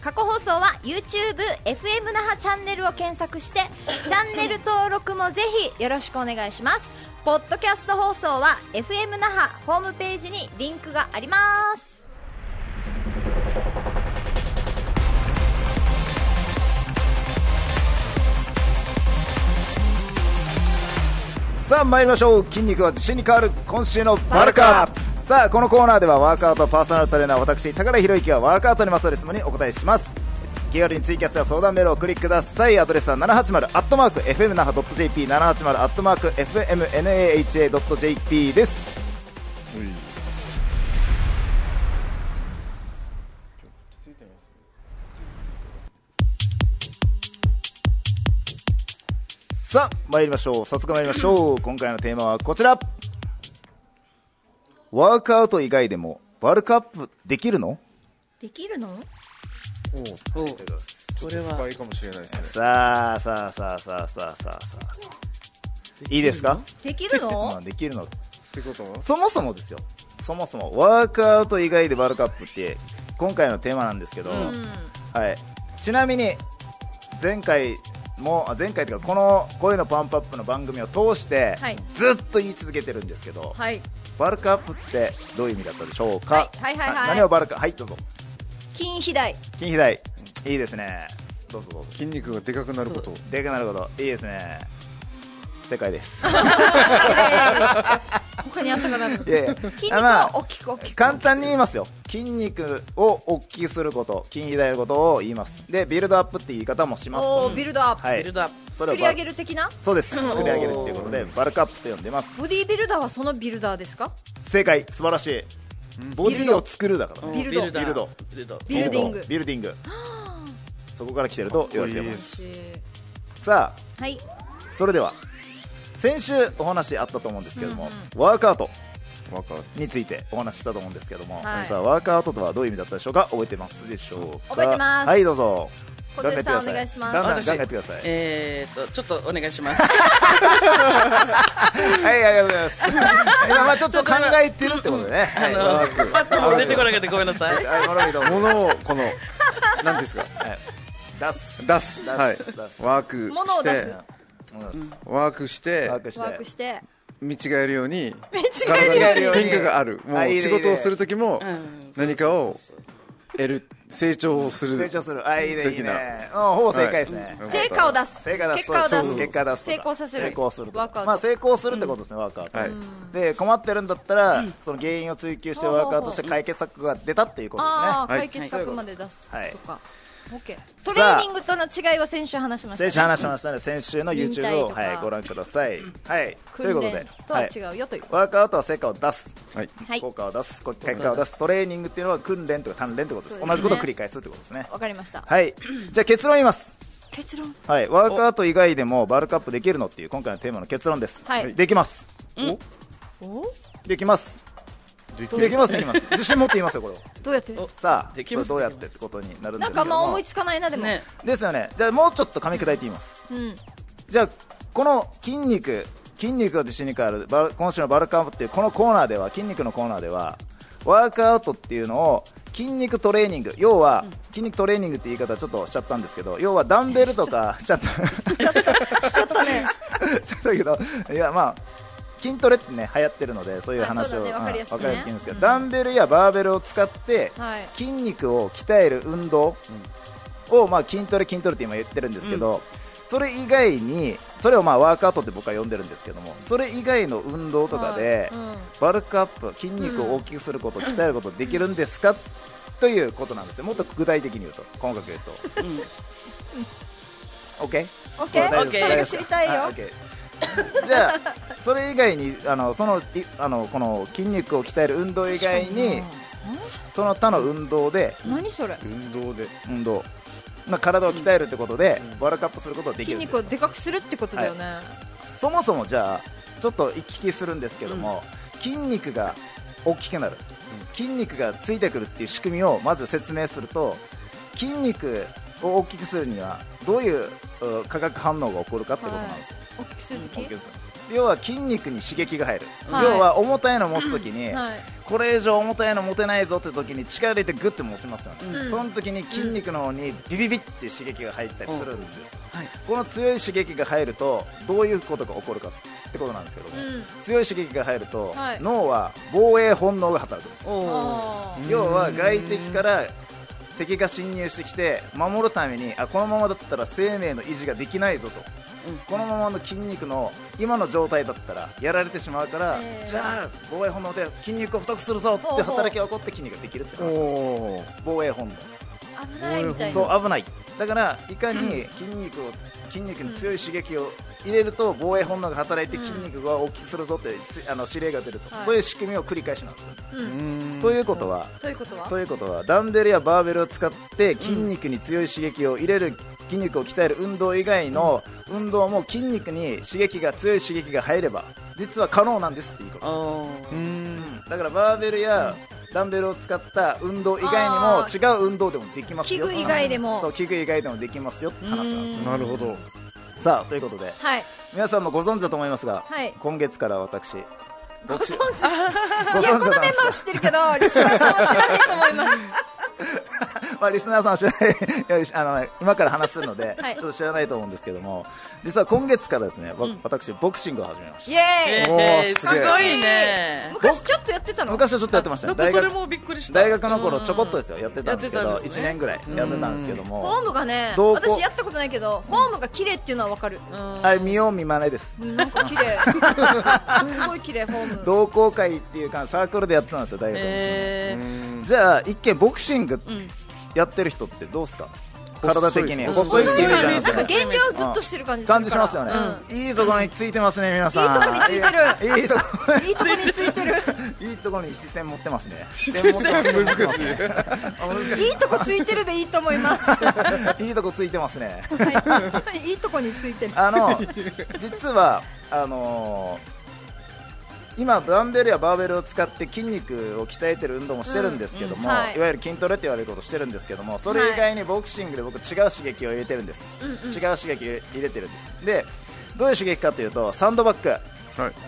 [SPEAKER 7] 過去放送は YouTubeFM 那覇チャンネルを検 索してチャンネル登録もぜひよろしくお願いしますポッドキャスト放送は FM 那覇ホームページにリンクがあります
[SPEAKER 2] さあ参りましょう筋肉は自信に変わる今週のバルカさあこのコーナーではワークアウトパーソナルトレーナー私高田博之がワークアウトにまつわる質問にお答えします気軽にツイキャスや相談メールをクリックくださいアドレスは 780-fmnaha.jp 780-fmnaha.jp ですさあ参りましょう早速参りましょう今回のテーマはこちらワークアウト以外でもバルクアップできるの
[SPEAKER 7] できるの
[SPEAKER 3] おこれは
[SPEAKER 4] かもしれないですね、
[SPEAKER 2] さあさあさあさあさあさあさあいいですか
[SPEAKER 7] できる
[SPEAKER 2] まあ
[SPEAKER 7] の
[SPEAKER 2] できるの
[SPEAKER 4] ってことは、
[SPEAKER 2] そもそもですよそもそもワークアウト以外でワールドカップって今回のテーマなんですけど、はい、ちなみに前回もあ前回というかこの「声のパンプアップ」の番組を通して、
[SPEAKER 7] はい
[SPEAKER 2] ずっと言い続けてるんですけど、
[SPEAKER 7] はい
[SPEAKER 2] バルクアップってどういう意味だったでしょうか、
[SPEAKER 7] はいはいはいはい
[SPEAKER 2] 何をバルクはいどうぞ
[SPEAKER 7] 筋肥大
[SPEAKER 2] 金肥大いいですねどうぞどうぞ
[SPEAKER 4] 筋肉がでかくなること、
[SPEAKER 2] でかくなることいいですね正解です
[SPEAKER 7] 他にあったか な
[SPEAKER 2] いやいや
[SPEAKER 7] 筋肉
[SPEAKER 2] あまあ
[SPEAKER 7] を大きく大きく
[SPEAKER 2] 簡単に言いますよ筋肉を大きくすること筋肥大のことを言いますでビルドアップっていう言い方もします
[SPEAKER 7] おービルドアップ、
[SPEAKER 2] はい
[SPEAKER 3] ビルドアップ
[SPEAKER 2] それを
[SPEAKER 7] 作り上
[SPEAKER 2] バ
[SPEAKER 7] げる的な
[SPEAKER 2] そうです作り上げるっていうことでバルクアップって呼んでます
[SPEAKER 7] ボディービルダーはそのビルダーですか
[SPEAKER 2] 正解素晴らしいボディを作るだからね
[SPEAKER 7] ビルド
[SPEAKER 3] ビ
[SPEAKER 2] ビルド
[SPEAKER 3] ルド
[SPEAKER 7] ビルディング
[SPEAKER 2] ビルディングそこから来てると言われてます
[SPEAKER 4] す
[SPEAKER 2] さあ
[SPEAKER 7] はい
[SPEAKER 2] それでは先週お話あったと思うんですけども、ワークアウト
[SPEAKER 4] わかる
[SPEAKER 2] についてお話ししたと思うんですけども、
[SPEAKER 7] はい
[SPEAKER 2] さあワークアウトとはどういう意味だったでしょうか覚えてますでしょうか
[SPEAKER 7] 覚えてます
[SPEAKER 2] はいどうぞ
[SPEAKER 7] 小手さん
[SPEAKER 2] 考えてくだ
[SPEAKER 7] お願いします
[SPEAKER 2] だんだん
[SPEAKER 3] 私
[SPEAKER 2] 考えてください
[SPEAKER 3] えーっとちょっとお願いします
[SPEAKER 2] はいありがとうございます 今まあちょっと考えてるってことでね
[SPEAKER 3] あ
[SPEAKER 2] はい
[SPEAKER 3] の
[SPEAKER 2] ワーク
[SPEAKER 3] パッともう出てこなくてごめんなさい
[SPEAKER 2] はい諸見どうも
[SPEAKER 4] 物をこの何ですか
[SPEAKER 2] 出す
[SPEAKER 4] 出す
[SPEAKER 2] 出す
[SPEAKER 4] はい
[SPEAKER 2] 出す
[SPEAKER 4] ワーク
[SPEAKER 7] 物を
[SPEAKER 4] し
[SPEAKER 7] 出す
[SPEAKER 4] てワークして
[SPEAKER 2] ワークして
[SPEAKER 7] ワークして
[SPEAKER 4] 見違えるように
[SPEAKER 7] 間違
[SPEAKER 2] えるように
[SPEAKER 4] 体に変化があるも
[SPEAKER 2] あ
[SPEAKER 4] う
[SPEAKER 2] いいね
[SPEAKER 4] 仕事をする時も
[SPEAKER 3] ん
[SPEAKER 4] 何かを得る成長をする
[SPEAKER 2] 成長するあいいねいい
[SPEAKER 4] 的な
[SPEAKER 2] ねうんほぼ正解ですね、
[SPEAKER 7] 成果を出す
[SPEAKER 2] 成果出す
[SPEAKER 7] 結果を出
[SPEAKER 2] そう
[SPEAKER 7] す
[SPEAKER 2] 結果出すとか
[SPEAKER 7] 成功させる
[SPEAKER 2] 成功すると
[SPEAKER 7] ワークアウト
[SPEAKER 2] まあ成功するってことですね、ワークアウト、
[SPEAKER 4] はい
[SPEAKER 2] で困ってるんだったら、その原因を追求してワークアウトして解決策が出たっていうことですね
[SPEAKER 7] ああ
[SPEAKER 4] はい
[SPEAKER 7] 解決策まで出す
[SPEAKER 2] はい
[SPEAKER 7] とか OK トレーニングとの違いは先週話しましたね
[SPEAKER 2] 先週話しましたので先週の
[SPEAKER 7] 引退
[SPEAKER 2] YouTube を、
[SPEAKER 7] とか
[SPEAKER 2] はい、ご覧ください、はい、というこ
[SPEAKER 7] 訓
[SPEAKER 2] と
[SPEAKER 7] 練
[SPEAKER 2] で、
[SPEAKER 7] と
[SPEAKER 2] は、
[SPEAKER 7] はい違うよという
[SPEAKER 2] ワークアウトは成果を出す、
[SPEAKER 4] はい
[SPEAKER 7] はい
[SPEAKER 2] 効果を出すこ結果を出すトレーニングっていうのは訓練とか鍛錬ってことです
[SPEAKER 7] そうですね
[SPEAKER 2] 同じことを繰り返すってことですね
[SPEAKER 7] わかりました
[SPEAKER 2] はいじゃあ結論言います
[SPEAKER 7] 結論
[SPEAKER 2] はい、ワークアウト以外でもバルクアップできるのっていう今回のテーマの結論です、
[SPEAKER 7] はい
[SPEAKER 2] できます
[SPEAKER 7] お
[SPEAKER 2] できます
[SPEAKER 4] でき
[SPEAKER 2] できますできます自信持って言いますよこれを
[SPEAKER 7] どうやって
[SPEAKER 2] さあ
[SPEAKER 3] できます
[SPEAKER 2] それどうやってってことになるんで
[SPEAKER 7] な
[SPEAKER 2] すけど
[SPEAKER 7] んかあんま
[SPEAKER 2] も
[SPEAKER 7] 思いつかないなでも
[SPEAKER 3] ね
[SPEAKER 2] ですよねじゃあもうちょっと噛み砕いて言います
[SPEAKER 7] うん
[SPEAKER 2] じゃあこの筋肉筋肉を自信に変えるバル今週のバルクアップっていうこのコーナーでは筋肉のコーナーではワークアウトっていうのを筋肉トレーニング要は筋肉トレーニングって言い方ちょっとしちゃったんですけど要はダンベルと かしちゃった
[SPEAKER 7] しちゃった ね
[SPEAKER 2] ちょっとだけど、いやまあ筋トレってね流行ってるのでそういう話を
[SPEAKER 7] あそうだねわかりやすくね
[SPEAKER 2] うんわんですけど、ダンベルやバーベルを使って、
[SPEAKER 7] はい
[SPEAKER 2] 筋肉を鍛える運動を、まあ筋トレ筋トレって今言ってるんですけど、それ以外にそれをまあワークアウトって僕は呼んでるんですけどもそれ以外の運動とかで、
[SPEAKER 7] はいうん
[SPEAKER 2] バルクアップ筋肉を大きくすること、鍛えることできるんですかということなんですよもっと具体的に言うと細かく言う と。OK?
[SPEAKER 7] オッ
[SPEAKER 2] こ
[SPEAKER 7] ケ
[SPEAKER 2] れ大
[SPEAKER 7] ー
[SPEAKER 2] 丈夫
[SPEAKER 7] そ
[SPEAKER 2] です
[SPEAKER 7] れが知りたいよ
[SPEAKER 2] はい OK じゃあそれ以外にあのそのいあのこの筋肉を鍛える運動以外にその他の運動で
[SPEAKER 7] 何それ
[SPEAKER 4] 運動で
[SPEAKER 2] 運動まあ体を鍛えるってことで、ワールドカップすることができ
[SPEAKER 7] 筋
[SPEAKER 2] る
[SPEAKER 7] 肉をでかくするってことだよね
[SPEAKER 2] そもそもじゃあちょっと行き来するんですけども、筋肉が大きくなる、筋肉がついてくるっていう仕組みをまず説明すると筋肉を大きくするにはどういうう化学反応が起こるかってことなんですよ、
[SPEAKER 7] 大きくするとき
[SPEAKER 2] 要は筋肉に刺激が入る、
[SPEAKER 7] はい
[SPEAKER 2] 要は重たいの持つときに、
[SPEAKER 7] はい
[SPEAKER 2] これ以上重たいの持てないぞって時に力入れてグッて持ちますよね、
[SPEAKER 7] うん
[SPEAKER 2] その時に筋肉の方にビビビって刺激が入ったりするんです、
[SPEAKER 3] はい
[SPEAKER 2] この強い刺激が入るとどういうことが起こるかってことなんですけども、
[SPEAKER 7] うん
[SPEAKER 2] 強い刺激が入ると、
[SPEAKER 7] はい
[SPEAKER 2] 脳は防衛本能が働くんです
[SPEAKER 3] おお
[SPEAKER 7] あー
[SPEAKER 2] 要は外敵から敵が侵入してきて守るためにあこのままだったら生命の維持ができないぞと、
[SPEAKER 3] うん
[SPEAKER 2] このままの筋肉の今の状態だったらやられてしまうから、
[SPEAKER 7] えー
[SPEAKER 2] じゃあ防衛本能で筋肉を太くするぞ
[SPEAKER 7] ほ
[SPEAKER 2] っ
[SPEAKER 7] う
[SPEAKER 2] て
[SPEAKER 7] ほう
[SPEAKER 2] 働きが起こって筋肉ができるって
[SPEAKER 4] お
[SPEAKER 2] 話なんです
[SPEAKER 4] お
[SPEAKER 2] 防衛本能
[SPEAKER 7] 危ないみたいな
[SPEAKER 2] そう危ないだからいかに筋肉を筋肉に強い刺激を入れると防衛本能が働いて筋肉が大きくするぞってあの指令が出ると、
[SPEAKER 7] はい
[SPEAKER 2] そういう仕組みを繰り返しなんですよ、
[SPEAKER 4] うん
[SPEAKER 2] ということは、
[SPEAKER 7] ということは
[SPEAKER 2] ということはダンベルやバーベルを使って筋肉に強い刺激を入れる筋肉を鍛える運動以外の運動も筋肉に刺激が強い刺激が入れば実は可能なんですっていうこ
[SPEAKER 3] お
[SPEAKER 2] と
[SPEAKER 3] ー
[SPEAKER 2] だからバーベルやダンベルを使った運動以
[SPEAKER 7] あ
[SPEAKER 2] 外にも違う運動でもできます
[SPEAKER 7] 器
[SPEAKER 2] よ
[SPEAKER 7] 具以外で
[SPEAKER 2] そ
[SPEAKER 7] も
[SPEAKER 2] う器具以外でもできますよって話なんです
[SPEAKER 4] なるほど
[SPEAKER 2] さあということで
[SPEAKER 7] はい
[SPEAKER 2] 皆さんもご存知だと思いますが、
[SPEAKER 7] はい
[SPEAKER 2] 今月から私
[SPEAKER 7] ご存知
[SPEAKER 2] ご
[SPEAKER 7] いやこ
[SPEAKER 2] 存知
[SPEAKER 7] の
[SPEAKER 2] だと思い
[SPEAKER 7] メ
[SPEAKER 2] ま
[SPEAKER 7] モは知って るけどリスナーさんは知らないと思います
[SPEAKER 2] まあ、リスナーさんは知らない よしあの、今から話すので、
[SPEAKER 7] はい
[SPEAKER 2] ちょっと知らないと思うんですけども、実は今月からですね、わ私、ボクシングを始めました。
[SPEAKER 7] イエ
[SPEAKER 3] え
[SPEAKER 7] ーイ
[SPEAKER 4] お
[SPEAKER 3] ー
[SPEAKER 4] ー
[SPEAKER 3] す
[SPEAKER 4] す
[SPEAKER 3] ご
[SPEAKER 4] げえ
[SPEAKER 3] いね
[SPEAKER 7] 昔ちょっとやってたの
[SPEAKER 2] 昔はちょっとやってましたね、
[SPEAKER 3] なんか
[SPEAKER 2] 大
[SPEAKER 3] それ
[SPEAKER 2] 学
[SPEAKER 3] もびっくりした
[SPEAKER 2] 大学の頃ちょこっとですよ、やってたんですけ
[SPEAKER 3] や
[SPEAKER 2] ど、
[SPEAKER 3] ってたんです
[SPEAKER 2] 1
[SPEAKER 3] ね
[SPEAKER 2] 年ぐらいやってたんですけど
[SPEAKER 7] フォー
[SPEAKER 2] も、
[SPEAKER 7] ムがね
[SPEAKER 2] どうこう
[SPEAKER 7] 私やったことないけどフォームが綺麗っていうのはわかる
[SPEAKER 2] あれ見よう見まねです。
[SPEAKER 7] うんなんか 綺麗すごい綺麗フォーム
[SPEAKER 2] 同好会っていうかサークルでやってたんですよ、大学の。
[SPEAKER 3] えー
[SPEAKER 2] じゃあ、一見ボクシングやってる人ってどうですか体的に
[SPEAKER 4] 細
[SPEAKER 2] 細
[SPEAKER 4] い
[SPEAKER 2] い
[SPEAKER 4] で
[SPEAKER 2] っ
[SPEAKER 4] す
[SPEAKER 2] て
[SPEAKER 7] そ
[SPEAKER 2] いうう意味じ
[SPEAKER 7] な
[SPEAKER 2] ゃな
[SPEAKER 7] んで
[SPEAKER 2] い
[SPEAKER 7] すよ減量ずっとしてる感じするから
[SPEAKER 2] 感じしますよね、いいところについてますね皆さん
[SPEAKER 7] いいとこについて
[SPEAKER 2] るいいとこい
[SPEAKER 7] いいとこについてる
[SPEAKER 2] いところに視線持ってますね視線持ってますね難 しい難し
[SPEAKER 7] いいとこついてるでいいと思います、
[SPEAKER 2] いいいとこついてますね
[SPEAKER 7] はい、いいとこについてる
[SPEAKER 2] あの実はあのー今、ダンベルやバーベルを使って筋肉を鍛えてる運動もしてるんですけども、
[SPEAKER 7] うんうん
[SPEAKER 2] い
[SPEAKER 7] はい
[SPEAKER 2] わゆる筋トレって言われることしてるんですけどもそれ以外にボクシングで僕違う刺激を入れてるんです、違う刺激を入れてるんですでどういう刺激かというとサンドバッグ
[SPEAKER 4] はい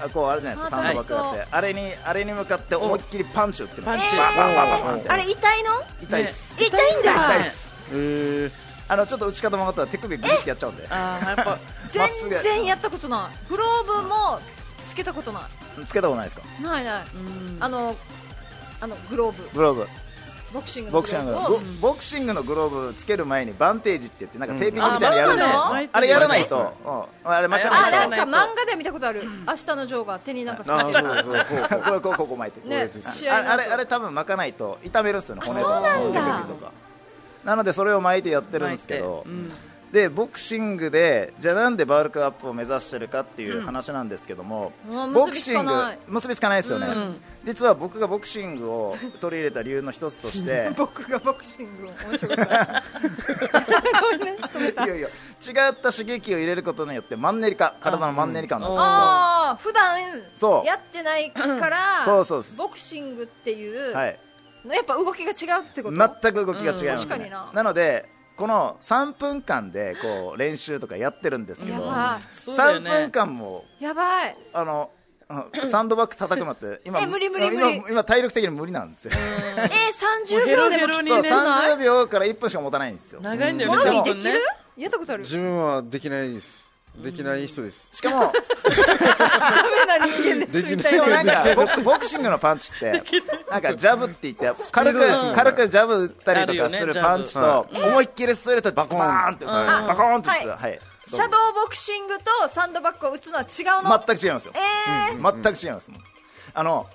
[SPEAKER 2] あこうあるじゃないですか
[SPEAKER 7] あ
[SPEAKER 2] サンドバッグだって、
[SPEAKER 7] 楽
[SPEAKER 2] あれにあれに向かって思いっきりパンチを打ってま
[SPEAKER 3] パン
[SPEAKER 2] す、
[SPEAKER 3] チ、
[SPEAKER 7] あれ痛いの
[SPEAKER 2] 痛いです、
[SPEAKER 7] 痛いんだ
[SPEAKER 2] 痛い
[SPEAKER 3] ね
[SPEAKER 2] です
[SPEAKER 4] えー
[SPEAKER 2] あのちょっと打ち方曲がったら手首グリってやっちゃうんで
[SPEAKER 3] あーやっぱ
[SPEAKER 2] まっすぐ
[SPEAKER 7] 全然やったことないグローブもつけたことな
[SPEAKER 2] つけたことないですか
[SPEAKER 7] いないない
[SPEAKER 3] うん
[SPEAKER 7] あのあのグローブ
[SPEAKER 2] グローブ
[SPEAKER 7] ボクシングの
[SPEAKER 2] ボ
[SPEAKER 7] グ
[SPEAKER 2] ク
[SPEAKER 7] ロ
[SPEAKER 2] シング
[SPEAKER 7] ー
[SPEAKER 2] の
[SPEAKER 7] ブ
[SPEAKER 2] グ
[SPEAKER 7] を
[SPEAKER 2] ボクシングのグローブつける前にバンテージって言ってなんかテーピング
[SPEAKER 3] あ
[SPEAKER 2] みたいなのやるんです
[SPEAKER 7] そ
[SPEAKER 2] よ、
[SPEAKER 7] うな
[SPEAKER 3] の
[SPEAKER 2] あれやらないと、うんあれ巻かな
[SPEAKER 7] あないん
[SPEAKER 2] と
[SPEAKER 7] か漫画で見たことある明日のジョーが手になんかつ
[SPEAKER 4] あ
[SPEAKER 7] けてる
[SPEAKER 4] ーそうそ
[SPEAKER 2] これ
[SPEAKER 4] うこう
[SPEAKER 2] こうここ巻いて、
[SPEAKER 7] ね試合
[SPEAKER 2] あ
[SPEAKER 7] の
[SPEAKER 2] あれあれ多分巻かないと痛めるんですよね骨と
[SPEAKER 7] そう
[SPEAKER 2] か
[SPEAKER 7] なんだ
[SPEAKER 2] 手首とかなのでそれを巻いてやってるんですけど、
[SPEAKER 3] 巻いて
[SPEAKER 2] でボクシングでじゃあなんでバルクアップを目指してるかっていう話なんですけども、
[SPEAKER 7] うんうん
[SPEAKER 2] ボクシング
[SPEAKER 7] 結びつかない
[SPEAKER 2] 結びつかないですよね、実は僕がボクシングを取り入れた理由の一つとして
[SPEAKER 7] 僕がボクシングを面白くないごめんね止め
[SPEAKER 2] いやいや違った刺激を入れることによってマンネリ化体のマンネリ化になってま
[SPEAKER 7] ああ普段
[SPEAKER 2] そう
[SPEAKER 7] やってないから
[SPEAKER 2] そうそうそう
[SPEAKER 7] ボクシングっていう
[SPEAKER 2] すはい
[SPEAKER 7] のやっぱ動きが違うってこと
[SPEAKER 2] 全く動きが違います
[SPEAKER 7] うん確かに
[SPEAKER 2] ね
[SPEAKER 7] な
[SPEAKER 2] なのでこの3分間でこう練習とかやってるんですけ
[SPEAKER 7] や
[SPEAKER 2] ど
[SPEAKER 7] ば
[SPEAKER 3] そうだよ
[SPEAKER 2] 3
[SPEAKER 3] ね
[SPEAKER 2] 分間も
[SPEAKER 7] いやばい
[SPEAKER 2] あのうんサンドバッグ叩くの って今
[SPEAKER 7] え無理無理無理
[SPEAKER 2] 今今体力的に無理なんですよ
[SPEAKER 7] えー、30秒でもきつ
[SPEAKER 2] そう
[SPEAKER 3] 無理じゃ
[SPEAKER 7] ない
[SPEAKER 2] 30秒から1分しか持たないんですよ
[SPEAKER 3] 長いんだよ
[SPEAKER 7] モ
[SPEAKER 3] ね
[SPEAKER 7] ロ
[SPEAKER 2] で
[SPEAKER 7] ミ
[SPEAKER 2] も
[SPEAKER 3] 多分
[SPEAKER 7] ーでき
[SPEAKER 3] ね
[SPEAKER 7] るやったことある
[SPEAKER 4] 自分はできないですできない人です
[SPEAKER 2] しかも
[SPEAKER 7] ダメな人間ですみた
[SPEAKER 2] で
[SPEAKER 7] い
[SPEAKER 2] も
[SPEAKER 7] な
[SPEAKER 2] なんかボクボクシングのパンチってなんかジャブって言って軽く軽くジャブ打ったりとかするパンチと思いっきりストレートでバコーンって打つバコーンって打つ
[SPEAKER 7] は
[SPEAKER 2] はい
[SPEAKER 7] シャドーボクシングとサンドバッグを打つのは違うの
[SPEAKER 2] 全く違いますよ
[SPEAKER 7] え
[SPEAKER 2] 全く違いますもんあの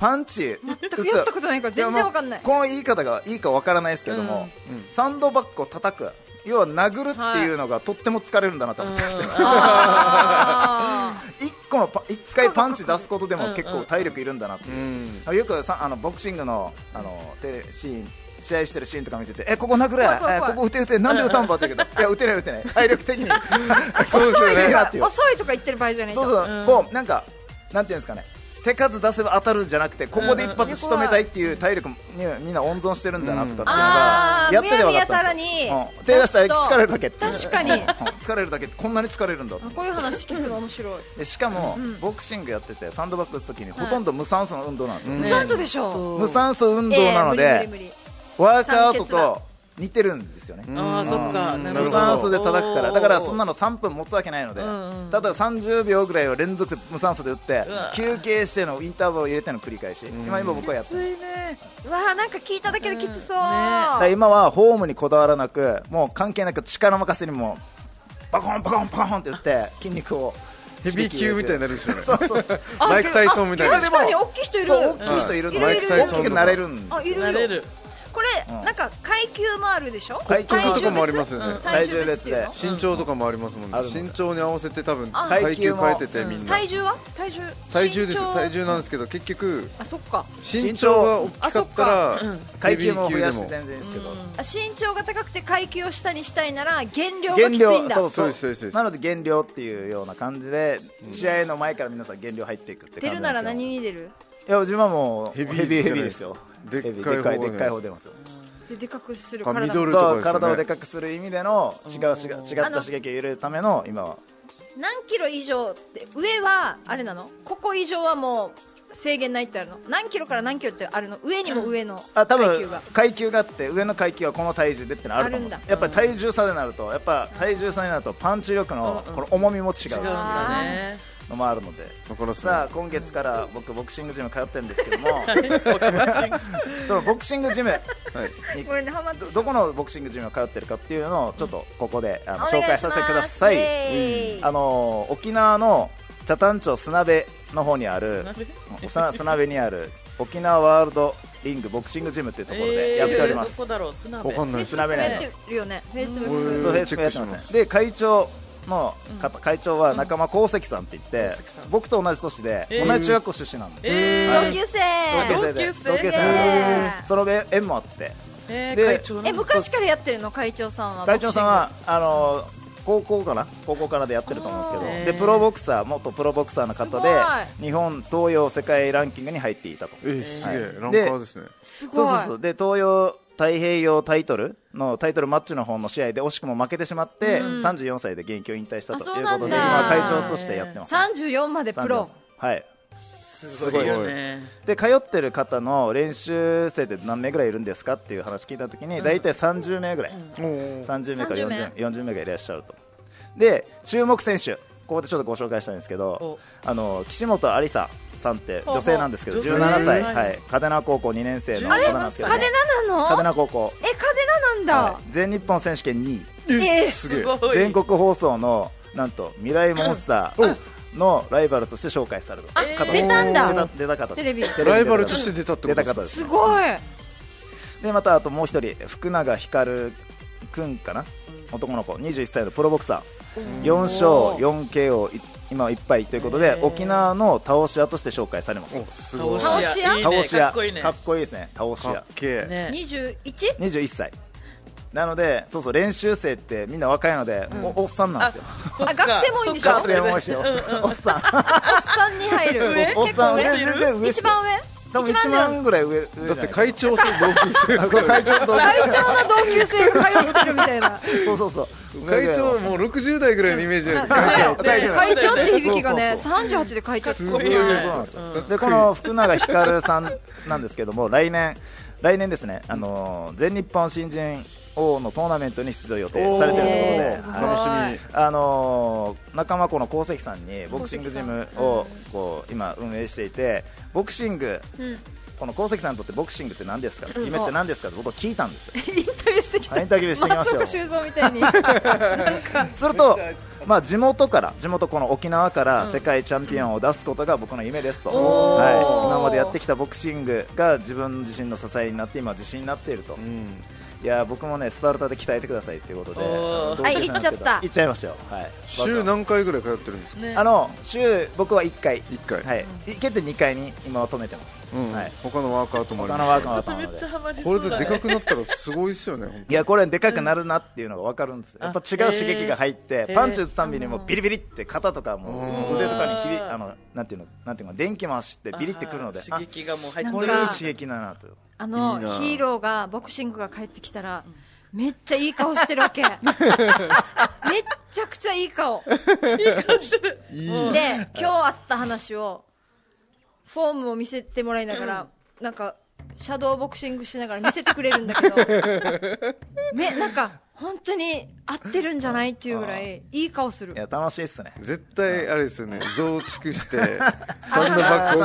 [SPEAKER 2] パンチ全
[SPEAKER 7] くやったことないから全然わかんない
[SPEAKER 2] この言い方がいいかわからないですけどもサンドバッグを叩く要は殴るっていうのがとっても疲れるんだなと思ってますよ
[SPEAKER 7] あ
[SPEAKER 2] 一個のパ一回パンチ出すことでも結構体力いるんだなっていう
[SPEAKER 4] うん
[SPEAKER 2] よくさあのボクシングのあのテレシーン試合してるシーンとか見ててえここ殴れ
[SPEAKER 7] 怖い怖い
[SPEAKER 2] え
[SPEAKER 7] 怖い
[SPEAKER 2] ここ打て打てなんで打たんばって言うけどいや打てない打て ない体力的にそう
[SPEAKER 7] ー遅いと
[SPEAKER 2] な
[SPEAKER 7] か
[SPEAKER 2] っていう
[SPEAKER 7] 遅いとか言ってる場合じゃない
[SPEAKER 2] そう
[SPEAKER 7] う
[SPEAKER 2] そう、こうなんかなんていうんですかね手数出せば当たるんじゃなくてここで一発仕留めたいっていう体力にみんな温存してるんだなとかっていうのが
[SPEAKER 7] あ、ー
[SPEAKER 2] やってて分かったんです
[SPEAKER 7] むやみや
[SPEAKER 2] よ
[SPEAKER 7] たらに
[SPEAKER 2] うん手出したら疲れるだけっていう
[SPEAKER 7] 確かに
[SPEAKER 2] うん疲れるだけってこんなに疲れるんだって
[SPEAKER 7] こういう話聞くの面白い
[SPEAKER 2] でしかも、ボクシングやっててサンドバッグ打つ時にほとんど無酸素の運動なんですよ、
[SPEAKER 4] うん
[SPEAKER 7] 無酸素でしょ
[SPEAKER 2] 無酸素運動なので、
[SPEAKER 7] えー無理無理無理
[SPEAKER 2] ワークアウト
[SPEAKER 7] 酸欠だ
[SPEAKER 2] と似てるんですよね、
[SPEAKER 3] ああそっかな
[SPEAKER 4] うん
[SPEAKER 3] るほ
[SPEAKER 2] 無
[SPEAKER 3] ど
[SPEAKER 2] 酸素で叩くからだからそんな
[SPEAKER 3] の
[SPEAKER 2] の3分持つわけないので、
[SPEAKER 3] んうん
[SPEAKER 2] 例えば30秒ぐらいを連続で無酸素で打って
[SPEAKER 3] わ
[SPEAKER 2] 休憩してのインターバルを入れての繰り返し、今今僕はやって
[SPEAKER 3] つい
[SPEAKER 2] る
[SPEAKER 3] ね
[SPEAKER 7] うわーなんか聞いただけできつそう、
[SPEAKER 2] だ
[SPEAKER 3] うん
[SPEAKER 2] から
[SPEAKER 7] ね
[SPEAKER 2] 今はフォームにこだわらなくもう関係なく力任せにもバコンバコンバコンって打 って筋肉を
[SPEAKER 4] ヘビー級みたいになる人ね
[SPEAKER 2] そうそうそう
[SPEAKER 4] マイク・タイソンみたいな
[SPEAKER 2] あ
[SPEAKER 7] 確かに大きい人いる
[SPEAKER 2] そう大きい人いるの、
[SPEAKER 7] はいいるいる
[SPEAKER 2] 大きくなれるん
[SPEAKER 7] あいる
[SPEAKER 3] な
[SPEAKER 7] よ
[SPEAKER 3] れる
[SPEAKER 7] これ、なんか階級もあるでしょ
[SPEAKER 2] 階級
[SPEAKER 4] とかもありますよね
[SPEAKER 7] 体重別っていうの
[SPEAKER 2] 体
[SPEAKER 4] 身長とかもありますもんね
[SPEAKER 2] あるんだ
[SPEAKER 4] 身長に合わせて多分
[SPEAKER 7] あ
[SPEAKER 4] 体級変えててみんな
[SPEAKER 7] 体重は体重
[SPEAKER 4] 体重です
[SPEAKER 7] 身長
[SPEAKER 4] 体重なんですけど結局
[SPEAKER 7] あそっか
[SPEAKER 4] 身長が大きかったらヘ
[SPEAKER 2] 階
[SPEAKER 4] ビ
[SPEAKER 2] 級
[SPEAKER 4] ー
[SPEAKER 2] も
[SPEAKER 4] 級
[SPEAKER 2] 増
[SPEAKER 4] で
[SPEAKER 2] やして
[SPEAKER 4] も
[SPEAKER 2] 全然いいですけど、
[SPEAKER 7] あ身長が高くて階級を下にしたいなら減量が
[SPEAKER 2] 減
[SPEAKER 7] きつい
[SPEAKER 2] 量
[SPEAKER 7] んだ
[SPEAKER 2] そうそ
[SPEAKER 4] そう
[SPEAKER 2] う
[SPEAKER 4] ですそうですそうです
[SPEAKER 2] なので減量っていうような感じで、試合の前から皆さん減量入っていくって感じ
[SPEAKER 7] 出
[SPEAKER 2] んで
[SPEAKER 7] る
[SPEAKER 2] す
[SPEAKER 7] な
[SPEAKER 2] よ
[SPEAKER 7] ら何に出る
[SPEAKER 2] いや自分はもうヘ
[SPEAKER 4] ヘ
[SPEAKER 2] ビ
[SPEAKER 4] ビ
[SPEAKER 2] ー
[SPEAKER 4] ー
[SPEAKER 2] ヘビーですよ
[SPEAKER 4] でっかい
[SPEAKER 2] ヘビーでっかいで
[SPEAKER 4] 方が
[SPEAKER 2] っかい方出ますよ
[SPEAKER 7] ででかくする
[SPEAKER 4] あミ
[SPEAKER 7] 体
[SPEAKER 4] ドルとか
[SPEAKER 2] そ
[SPEAKER 4] で
[SPEAKER 2] う
[SPEAKER 4] すよね
[SPEAKER 2] 体をでかくする意味での違うしが違った
[SPEAKER 7] あの
[SPEAKER 2] 刺激を入れるための今は
[SPEAKER 7] 何キロ以上って上はあれなのここ以上はもう制限ないってあるの何キロから何キロってあるの上にも上の
[SPEAKER 2] あ多
[SPEAKER 7] 階
[SPEAKER 2] 分
[SPEAKER 7] 級が
[SPEAKER 2] 階級があって上の階級はこの体重でってのあると思うんです
[SPEAKER 7] あるんだ
[SPEAKER 2] やっぱり体重差でなるとやっぱ体重差になるとパンチ力のこの重みも違う
[SPEAKER 3] 違うんだね
[SPEAKER 2] のもあるので
[SPEAKER 4] だから
[SPEAKER 2] さあ
[SPEAKER 4] さ
[SPEAKER 2] 今月から僕ボクシングジム通ってるんですけどもそのボクシングジム
[SPEAKER 7] これねハマっ
[SPEAKER 2] どどこのボクシングジムを通ってるかっていうのをちょっとここであの
[SPEAKER 7] お
[SPEAKER 2] 紹
[SPEAKER 7] 願
[SPEAKER 2] 介
[SPEAKER 7] いし
[SPEAKER 2] さ
[SPEAKER 7] ま
[SPEAKER 2] せ
[SPEAKER 7] す
[SPEAKER 2] てください
[SPEAKER 7] イエーイ
[SPEAKER 2] あのー沖縄の北谷町砂部の方にある
[SPEAKER 3] 砂部
[SPEAKER 2] 砂砂部にある沖縄ワールドリングボクシングジムっていうと
[SPEAKER 3] え
[SPEAKER 2] ころでやっておりま
[SPEAKER 3] ー
[SPEAKER 2] す、
[SPEAKER 3] どこだろう砂
[SPEAKER 4] わ
[SPEAKER 3] 辺
[SPEAKER 4] かんないです。
[SPEAKER 2] 調べない
[SPEAKER 7] やっ
[SPEAKER 2] で
[SPEAKER 7] てるよねフェイス
[SPEAKER 4] え
[SPEAKER 7] ブッ
[SPEAKER 4] ー
[SPEAKER 7] ク
[SPEAKER 2] そうですやってま
[SPEAKER 4] チェックします
[SPEAKER 2] せんで会長の方、会長は仲間功石さんって言って
[SPEAKER 3] 功石さん
[SPEAKER 2] 僕と同じ年で、
[SPEAKER 3] えー
[SPEAKER 2] 同じ中学校出身なんで、
[SPEAKER 3] えー
[SPEAKER 2] は
[SPEAKER 7] 同
[SPEAKER 2] い
[SPEAKER 7] 級生
[SPEAKER 2] 同級生で
[SPEAKER 3] 同級生
[SPEAKER 2] 同級生
[SPEAKER 7] え
[SPEAKER 2] でその上縁もあって
[SPEAKER 3] えー
[SPEAKER 2] で
[SPEAKER 3] 会長の
[SPEAKER 7] え昔からやってるの会長さんは
[SPEAKER 2] 会長さんはあの高校かな高校からでやってると思うんですけ
[SPEAKER 3] へ
[SPEAKER 2] どで
[SPEAKER 3] ー
[SPEAKER 2] プロボクサー元プロボクサーの方
[SPEAKER 7] す
[SPEAKER 2] で日本東洋世界ランキングに入っていたと
[SPEAKER 4] えー、すげえ、ランカ
[SPEAKER 2] で
[SPEAKER 4] ーですね。
[SPEAKER 7] すご
[SPEAKER 2] そ
[SPEAKER 7] いう
[SPEAKER 2] そうそうで東洋太平洋タイトルのタイトルマッチの方の試合で惜しくも負けてしまって、34歳で現役を引退したと
[SPEAKER 7] あそ
[SPEAKER 2] いうう
[SPEAKER 7] な
[SPEAKER 2] こ
[SPEAKER 7] ん
[SPEAKER 2] と
[SPEAKER 7] だ
[SPEAKER 2] で今会長としてやってます
[SPEAKER 7] 34までプロ
[SPEAKER 2] はい
[SPEAKER 3] すごいよね
[SPEAKER 2] で通ってる方の練習生って何名ぐらいいるんですかっていう話聞いたときに、大体30名ぐらい、30名から40
[SPEAKER 7] 40名
[SPEAKER 2] 名 ,40 名がいらっしゃるとで注目選手ここでちょっとご紹介したいんですけどあの岸本ありささんって女性なんですけど
[SPEAKER 3] ほうほう
[SPEAKER 2] 17歳、
[SPEAKER 3] 女性
[SPEAKER 2] はい、嘉手納高校2年生の
[SPEAKER 3] あれ
[SPEAKER 2] 方なんですけど
[SPEAKER 7] カデナ
[SPEAKER 2] 嘉
[SPEAKER 7] な
[SPEAKER 2] 手
[SPEAKER 7] の
[SPEAKER 2] 納高校、
[SPEAKER 7] えカデナなんだ
[SPEAKER 2] はい全日本選手権2位
[SPEAKER 7] え
[SPEAKER 4] すげ
[SPEAKER 3] す
[SPEAKER 4] え。
[SPEAKER 3] ごい
[SPEAKER 2] 全国放送のなんと未来モンスターのライバルとして紹介される
[SPEAKER 7] あ
[SPEAKER 2] 方
[SPEAKER 7] 出たんだ
[SPEAKER 2] 出た出た方です
[SPEAKER 7] テレビ
[SPEAKER 2] 出た
[SPEAKER 4] ライバルとして出たって
[SPEAKER 2] 出
[SPEAKER 4] こと
[SPEAKER 2] た
[SPEAKER 4] です
[SPEAKER 2] 方
[SPEAKER 4] か
[SPEAKER 2] です
[SPEAKER 7] すごい
[SPEAKER 2] でまたあともう一人福永光くんかな男の子21歳のプロボクサー4勝 4KO 今いっぱいということで沖縄の倒し屋として紹介されます
[SPEAKER 4] お、すごい。
[SPEAKER 3] 倒し屋いいね
[SPEAKER 2] 倒し屋
[SPEAKER 3] かっこいいね
[SPEAKER 2] かっこいいですね倒し
[SPEAKER 4] か
[SPEAKER 2] 屋
[SPEAKER 4] っけえ。
[SPEAKER 3] ね
[SPEAKER 7] 21?
[SPEAKER 2] 21歳なのでそうそう練習生ってみんな若いので、おおっさんなんですよ
[SPEAKER 3] そっか
[SPEAKER 7] 学生も多いんでし
[SPEAKER 3] そ
[SPEAKER 7] ょ
[SPEAKER 3] っ
[SPEAKER 2] 学
[SPEAKER 3] か
[SPEAKER 2] 生も多いしおっさん
[SPEAKER 7] 3に入る
[SPEAKER 2] おおっ
[SPEAKER 7] 結
[SPEAKER 2] さん
[SPEAKER 7] 構
[SPEAKER 2] 上
[SPEAKER 7] 上
[SPEAKER 2] 全然上です
[SPEAKER 7] 一番上
[SPEAKER 2] 多分
[SPEAKER 7] 一
[SPEAKER 2] 1
[SPEAKER 7] 番
[SPEAKER 2] 万ぐらい上上じゃない
[SPEAKER 4] だって会長と同級生です
[SPEAKER 2] あこ
[SPEAKER 4] か
[SPEAKER 2] れ
[SPEAKER 4] ら。
[SPEAKER 2] 会長と
[SPEAKER 7] 会長の同級生が通ってるみたいな
[SPEAKER 2] そうそうそう
[SPEAKER 4] 会長もう60代ぐらいのイメージじゃないですか。
[SPEAKER 2] 長
[SPEAKER 3] 大丈夫
[SPEAKER 7] 会長って響きがね
[SPEAKER 2] そうそう
[SPEAKER 7] 38で会長って
[SPEAKER 3] す
[SPEAKER 7] す
[SPEAKER 3] ご
[SPEAKER 7] ご
[SPEAKER 3] い
[SPEAKER 7] い
[SPEAKER 3] よね
[SPEAKER 2] そうなんですよでこの福永光さんなんですけども 来年来年ですねあのー全日本新人王のトーナメントに出場予定されてるということで
[SPEAKER 7] おー
[SPEAKER 2] はい
[SPEAKER 4] 楽しみに。
[SPEAKER 2] あのー仲間子の功石さんにボクシングジムをこう今運営していてボクシング、この功石さんにとってボクシングって何ですか、夢って何ですかって僕は聞いたんですよ
[SPEAKER 7] インタビューしてきた
[SPEAKER 2] インタビューしてきました
[SPEAKER 7] 松
[SPEAKER 2] よ
[SPEAKER 7] 岡修造みたいに
[SPEAKER 2] すると、まあ、地元から地元この沖縄から世界チャンピオンを出すことが僕の夢ですと、
[SPEAKER 7] おー
[SPEAKER 2] はい、今までやってきたボクシングが自分自身の支えになって今自信になっていると、いや僕もねスパルタで鍛えてくださいということで
[SPEAKER 3] おー
[SPEAKER 2] 同級生なんですけど
[SPEAKER 7] はい行っちゃった
[SPEAKER 2] 行っちゃいましたよ、はい、
[SPEAKER 4] 週何回ぐらい通ってるんですか。
[SPEAKER 3] ね
[SPEAKER 2] あの週僕は1回
[SPEAKER 4] 一回
[SPEAKER 2] はい、行けて2回に今は止めてます、
[SPEAKER 4] うん
[SPEAKER 2] はい、
[SPEAKER 4] 他のワークアウトもあり
[SPEAKER 2] 他
[SPEAKER 4] ま
[SPEAKER 2] の
[SPEAKER 4] す。
[SPEAKER 2] ワーク
[SPEAKER 3] ち
[SPEAKER 2] の
[SPEAKER 3] ょっ
[SPEAKER 2] 頭で
[SPEAKER 3] とめっちゃハマり
[SPEAKER 4] こ
[SPEAKER 3] そ
[SPEAKER 4] れ
[SPEAKER 3] うだ
[SPEAKER 4] で
[SPEAKER 3] ね
[SPEAKER 4] でかくなったらすごいっすよね。ほんと
[SPEAKER 2] いやこれでかくなるなっていうのが分かるんですよ、やっぱ違う刺激が入って、
[SPEAKER 3] へー
[SPEAKER 2] パンチ打つたんびにもうビリビリって肩とかも
[SPEAKER 3] うん
[SPEAKER 2] 腕とかにひび
[SPEAKER 3] うん
[SPEAKER 2] あのなんていうのなんていうの電気回してビリってくるので
[SPEAKER 3] あー
[SPEAKER 2] あ
[SPEAKER 3] 刺激がもう入って
[SPEAKER 2] こ
[SPEAKER 3] く
[SPEAKER 2] れ
[SPEAKER 3] る
[SPEAKER 2] い
[SPEAKER 7] ないんか
[SPEAKER 2] 刺激だなと
[SPEAKER 7] あの
[SPEAKER 4] いいな
[SPEAKER 7] ヒーローがボクシングが帰ってきたらめっちゃいい顔してる わけめっちゃくちゃいい顔
[SPEAKER 4] いい。
[SPEAKER 7] で今日あった話をフォームを見せてもらいながら、なんかシャドーボクシングしながら見せてくれるんだけどめなんか本当に合ってるんじゃないっていうぐらいいい顔する
[SPEAKER 2] いや楽しいっすね
[SPEAKER 4] 絶対あれですよね。増築してサンドバッグ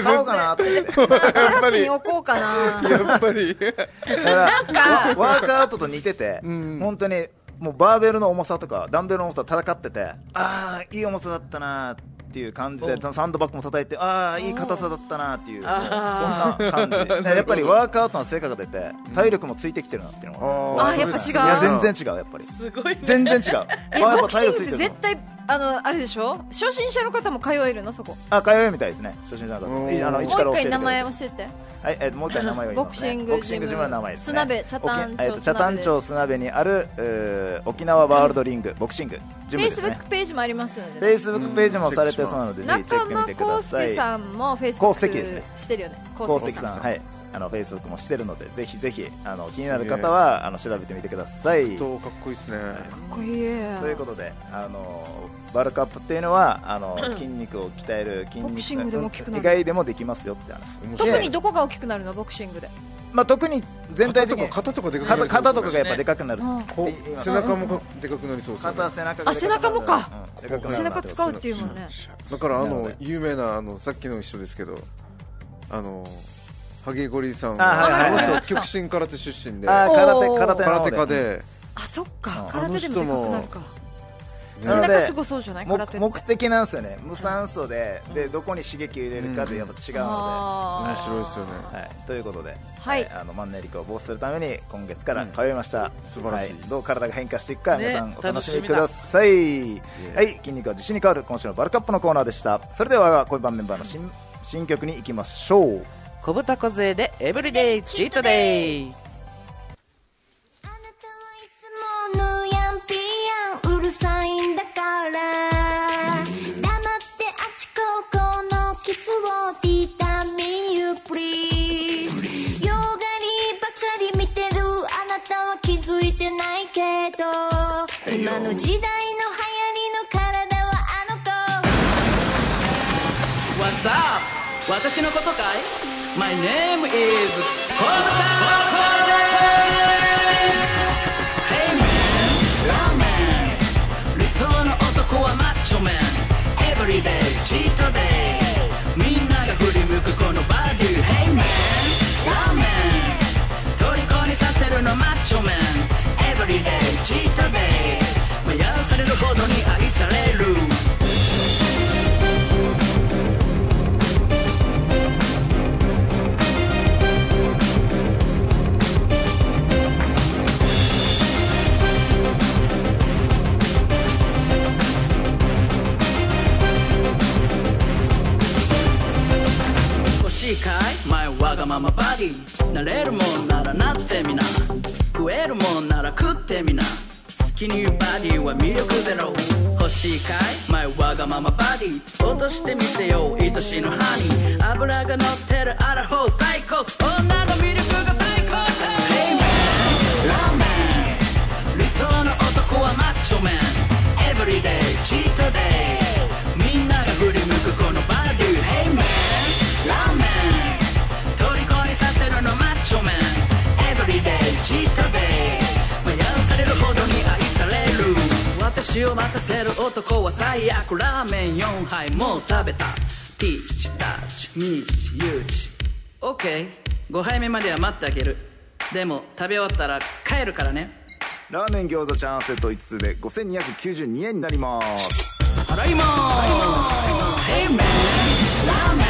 [SPEAKER 4] を
[SPEAKER 2] 買おうかなと思って
[SPEAKER 7] 写真置こうかな
[SPEAKER 4] やっぱり。
[SPEAKER 2] だから
[SPEAKER 7] なんか
[SPEAKER 2] ワークアウトと似てて、本当にもうバーベルの重さとかダンベルの重さと戦っててああいい重さだったなっていう感じでサンドバッグも叩いてああいい硬さだったなっていうもうそん
[SPEAKER 3] あ
[SPEAKER 2] な感じでやっぱりワークアウトの成果が出て体力もついてきてるなっていうのが
[SPEAKER 7] あやっぱ違う
[SPEAKER 2] いや全然違うやっぱり
[SPEAKER 3] すごいね
[SPEAKER 2] 全然違う
[SPEAKER 7] え
[SPEAKER 2] あやっ
[SPEAKER 7] ボ
[SPEAKER 2] ぱ
[SPEAKER 7] クシ
[SPEAKER 2] 体力
[SPEAKER 7] ングっ
[SPEAKER 2] つ
[SPEAKER 7] て
[SPEAKER 2] いてる
[SPEAKER 7] 絶
[SPEAKER 2] な
[SPEAKER 7] 対あのあれでしょ初心者の方も通えるのそこも
[SPEAKER 2] あ通うみたいですね初心者の
[SPEAKER 4] お
[SPEAKER 2] 方
[SPEAKER 4] ー
[SPEAKER 2] いいあの
[SPEAKER 7] う
[SPEAKER 2] 一
[SPEAKER 7] 一
[SPEAKER 2] から教え
[SPEAKER 7] 回
[SPEAKER 2] てくれ
[SPEAKER 7] 名
[SPEAKER 2] る
[SPEAKER 7] 前教えて
[SPEAKER 2] はい、えー、もう一回名前を言います、ね、
[SPEAKER 7] ボクシングジム
[SPEAKER 2] ボクシングジムの名前です、ね、
[SPEAKER 7] 砂部北谷町
[SPEAKER 2] 沖えーと北谷町砂部にある、えー沖縄ワールドリングボクシングジ
[SPEAKER 7] フ
[SPEAKER 2] ムで
[SPEAKER 7] ェイス
[SPEAKER 2] す
[SPEAKER 7] ブ
[SPEAKER 2] ね
[SPEAKER 7] ックページもありますの
[SPEAKER 2] フェ
[SPEAKER 7] で
[SPEAKER 2] イスブックページもされてそうなので、ぜひチェ
[SPEAKER 7] 仲
[SPEAKER 2] ック見
[SPEAKER 7] 間
[SPEAKER 2] てくだ
[SPEAKER 7] 康
[SPEAKER 2] さい
[SPEAKER 7] 介さんもフェイスブ
[SPEAKER 2] 功績です
[SPEAKER 7] ッ
[SPEAKER 2] ね
[SPEAKER 7] クしてるよね
[SPEAKER 2] 功
[SPEAKER 7] 功
[SPEAKER 2] 績
[SPEAKER 7] 績
[SPEAKER 2] さんはいあのフェイスブックもしてるのでぜひぜひあの気になる方はあの調べてみてくださいと
[SPEAKER 4] 人かっこいいですね。
[SPEAKER 7] かっこいい
[SPEAKER 2] いうことであのバルクアップっていうのはあ の筋肉を鍛える筋
[SPEAKER 7] ボクシングでも効
[SPEAKER 2] 肉
[SPEAKER 7] くな
[SPEAKER 2] 以外でもできますよって話
[SPEAKER 7] 特に
[SPEAKER 2] で
[SPEAKER 7] どこが大きくなるのボクシングで
[SPEAKER 2] まあ特に全体的に
[SPEAKER 4] 肩とかでかくな
[SPEAKER 2] 肩
[SPEAKER 4] り
[SPEAKER 2] 肩とかが
[SPEAKER 4] が
[SPEAKER 2] やっぱでかくなる
[SPEAKER 7] うん
[SPEAKER 4] こう背中もでかくなりそうですよね
[SPEAKER 2] 肩背中が
[SPEAKER 7] あ背中もか
[SPEAKER 2] うんでかくな
[SPEAKER 7] 背
[SPEAKER 2] るな
[SPEAKER 7] 中使うっていうもんね
[SPEAKER 4] だからあ
[SPEAKER 2] なるほ
[SPEAKER 4] の
[SPEAKER 2] ど
[SPEAKER 4] 有名なあのさっきの一緒ですけどあのハゲゴリさん
[SPEAKER 2] あはい
[SPEAKER 7] はい
[SPEAKER 4] あの
[SPEAKER 7] はい
[SPEAKER 4] 人極真空手出身で
[SPEAKER 2] あー
[SPEAKER 4] 空
[SPEAKER 2] 空手
[SPEAKER 7] おー
[SPEAKER 2] 空手の
[SPEAKER 4] 手
[SPEAKER 2] 方
[SPEAKER 4] 家で
[SPEAKER 7] あそっか
[SPEAKER 2] うん
[SPEAKER 7] 空手でもでかくなるか
[SPEAKER 2] な
[SPEAKER 7] 背
[SPEAKER 2] の
[SPEAKER 7] 中
[SPEAKER 2] です
[SPEAKER 7] ごそうじゃない空手
[SPEAKER 2] 目目的なんですよね無酸素で,、でどこに刺激を入れるかでやっぱ違うので、
[SPEAKER 7] あ
[SPEAKER 4] 面
[SPEAKER 7] ー
[SPEAKER 4] 白いですよね
[SPEAKER 2] はい、ということで、
[SPEAKER 7] はい
[SPEAKER 2] えーあのマンネリ化を防止するために今月から通いました、
[SPEAKER 4] 素晴らしい
[SPEAKER 2] どう体が変化していくか、
[SPEAKER 3] ね
[SPEAKER 2] 皆さんお楽しみ
[SPEAKER 3] 楽しみ
[SPEAKER 2] く
[SPEAKER 3] だ
[SPEAKER 2] ださいはい筋肉は自信に変わる今週のバルカップのコーナーでしたそれでは恋バンメンバーの新新曲に行きましょう
[SPEAKER 3] 小豚小杖でエブリデイチートデ
[SPEAKER 5] あ
[SPEAKER 3] イ
[SPEAKER 5] なたはいつもぬやんぴやんうるさいんだから黙ってあちこちのキスを T タミユプリーズ洋がりばかり見てるあなたは気づいてないけど今の時代の流行りの体はあの子
[SPEAKER 3] What's up? 私のことかい ?My name is 小豚小杖 Hey man, ラーメン理想の男はマッチョメン Everyday チートデイみんなが振り向くこのバデュ Hey man, ラーメン虜にさせるのマッチョメン Everyday チートデイ迷わされるほどに愛される欲しいかい前わがままバディなれるもんならなってみな食えるもんなら食ってみな好きにバディは魅力ゼロ欲しいかい前わがままバディ落としてみてよ愛しのハニー脂が乗ってるアラフォー最高女の魅力が最高だ Hey man ラーメン理想の男はマッチョメン Everyday チートデイみんなが振り向くこのバディ Hey man ラーメン虜にさせるのマッチョメン Everyday チートデイ迷わされるほどに愛される私を待たせる男は最悪ラーメン4杯もう食べたピーチタッチミーチユーチ OK5 杯目までは待ってあげるでも食べ終わったら帰るからね
[SPEAKER 2] ラーメン餃子チャーハンセット5つで5292円になります
[SPEAKER 3] 払いまーす Hey man ラーメ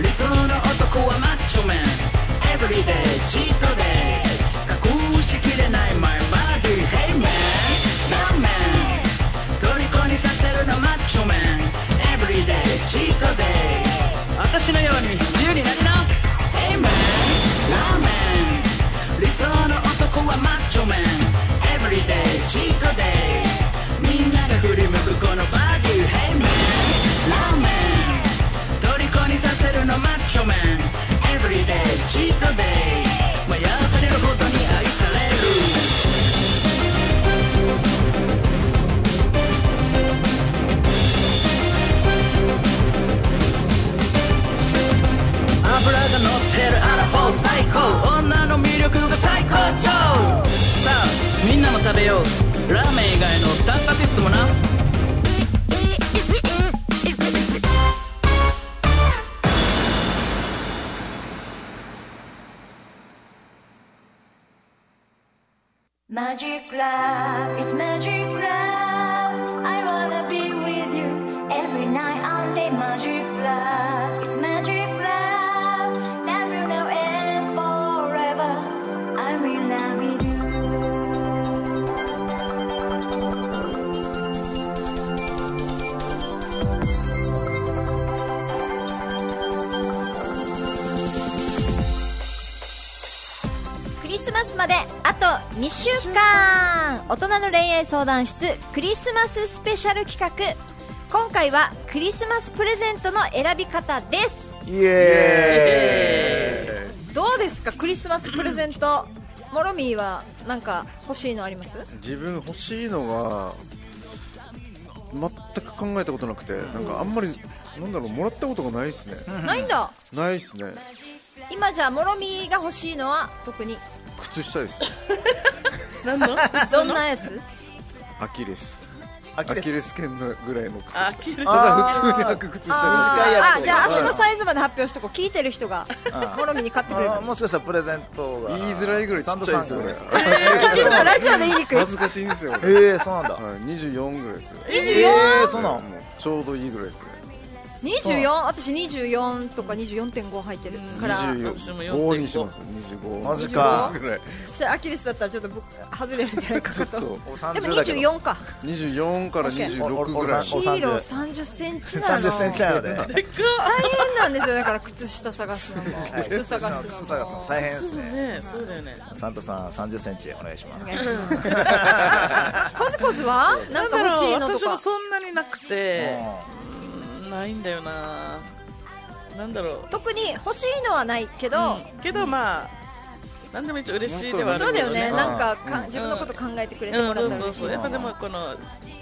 [SPEAKER 3] ン理想の男はマッチョメン Everyday チートデイ隠しきれない my body Hey man ラーメン虜にさせるのマッチョメン Everyday チートデイ私のように自由になりな Hey man ラーメン理想の男はマッチョメン Everyday チートデイみんなが振り向くこのバディ Hey man ラーメン虜にさせるのマッチョメン Everyday チートデイ迷わされるほどに愛される脂が乗ってるアラフォー最高女の魅力が最高潮さあみんなも食べようラーメン以外のタンパク質もな
[SPEAKER 5] マジックラブ It's magic love I wanna be with you Every night only magic love It's magic love Now you know and forever I'm in love with you
[SPEAKER 7] クリスマスまであと2週間大人の恋愛相談室クリスマススペシャル企画今回はクリスマスプレゼントの選び方です
[SPEAKER 2] イエーイ
[SPEAKER 7] どうですかクリスマスプレゼン トモロミーはなんか欲しいのあります
[SPEAKER 4] 自分欲しいのが全く考えたことなくてなんかあんまりなんだろうもらったことがないですね
[SPEAKER 7] ないんだ
[SPEAKER 4] ないですね
[SPEAKER 7] 今じゃあモロミーが欲しいのは特に
[SPEAKER 4] 靴下です
[SPEAKER 7] どんなやつ
[SPEAKER 4] 秋です
[SPEAKER 2] アキ
[SPEAKER 4] ア
[SPEAKER 2] レス
[SPEAKER 4] キレス腱のぐらいの靴
[SPEAKER 3] あ切れ
[SPEAKER 4] ただ普通に履く靴下
[SPEAKER 2] ー短いやつ
[SPEAKER 7] あじゃあ足のサイズまで発表しとこう聞いてる人がもろみに買ってくれる
[SPEAKER 2] あーもしかしたらプレゼントが
[SPEAKER 4] 言いづらいぐらいちっちゃいんですよこれ
[SPEAKER 7] ちょっとラジオで言いにくい
[SPEAKER 4] 恥ずかしいんですよこれ
[SPEAKER 2] ええー、そうなんだ
[SPEAKER 4] はい24ぐらいですよ
[SPEAKER 2] ええー、そうなの
[SPEAKER 4] もうちょうどいいぐらいですね
[SPEAKER 7] 24私24とか24.5入ってるから
[SPEAKER 3] 私も
[SPEAKER 4] 24
[SPEAKER 3] 4.5
[SPEAKER 4] 5にしますよ25
[SPEAKER 2] マジか
[SPEAKER 4] ぐらい
[SPEAKER 7] そしたらアキレスだったらちょっと僕外れるんじゃないか
[SPEAKER 4] ちょっ
[SPEAKER 7] な
[SPEAKER 4] と
[SPEAKER 7] と
[SPEAKER 2] お
[SPEAKER 7] でも
[SPEAKER 2] 30だけど
[SPEAKER 7] 24か
[SPEAKER 4] 24から26ぐらい
[SPEAKER 7] ヒ
[SPEAKER 2] お
[SPEAKER 7] ーロー30センチな
[SPEAKER 2] 3
[SPEAKER 7] の
[SPEAKER 2] 0ンチな ので
[SPEAKER 3] でっか
[SPEAKER 7] 大変なんですよだから靴下探すのも靴探すの
[SPEAKER 2] 靴
[SPEAKER 7] も
[SPEAKER 2] 探すの大変で
[SPEAKER 3] そう
[SPEAKER 2] す
[SPEAKER 3] だ
[SPEAKER 2] ね
[SPEAKER 3] ねそうだよね
[SPEAKER 2] サンタさん3 0ンチお願いし ます
[SPEAKER 7] お願いしますコズコズはな
[SPEAKER 3] なんんだ
[SPEAKER 7] か欲し
[SPEAKER 3] ろ
[SPEAKER 7] いうのと
[SPEAKER 3] 私も
[SPEAKER 7] か
[SPEAKER 3] そんなになくて
[SPEAKER 2] う
[SPEAKER 3] ないんだよななんだろう
[SPEAKER 7] 特に欲しいのはないけど、
[SPEAKER 3] うんけどまあ何でも一応嬉しいではある
[SPEAKER 7] そうだよね
[SPEAKER 2] うん
[SPEAKER 7] なんかか
[SPEAKER 4] うん
[SPEAKER 7] 自分のこと考えてくれても
[SPEAKER 3] う
[SPEAKER 7] ら
[SPEAKER 3] ん
[SPEAKER 7] った
[SPEAKER 3] そ
[SPEAKER 7] ら
[SPEAKER 3] うそうそ
[SPEAKER 7] 嬉しい
[SPEAKER 3] うやっぱでもこの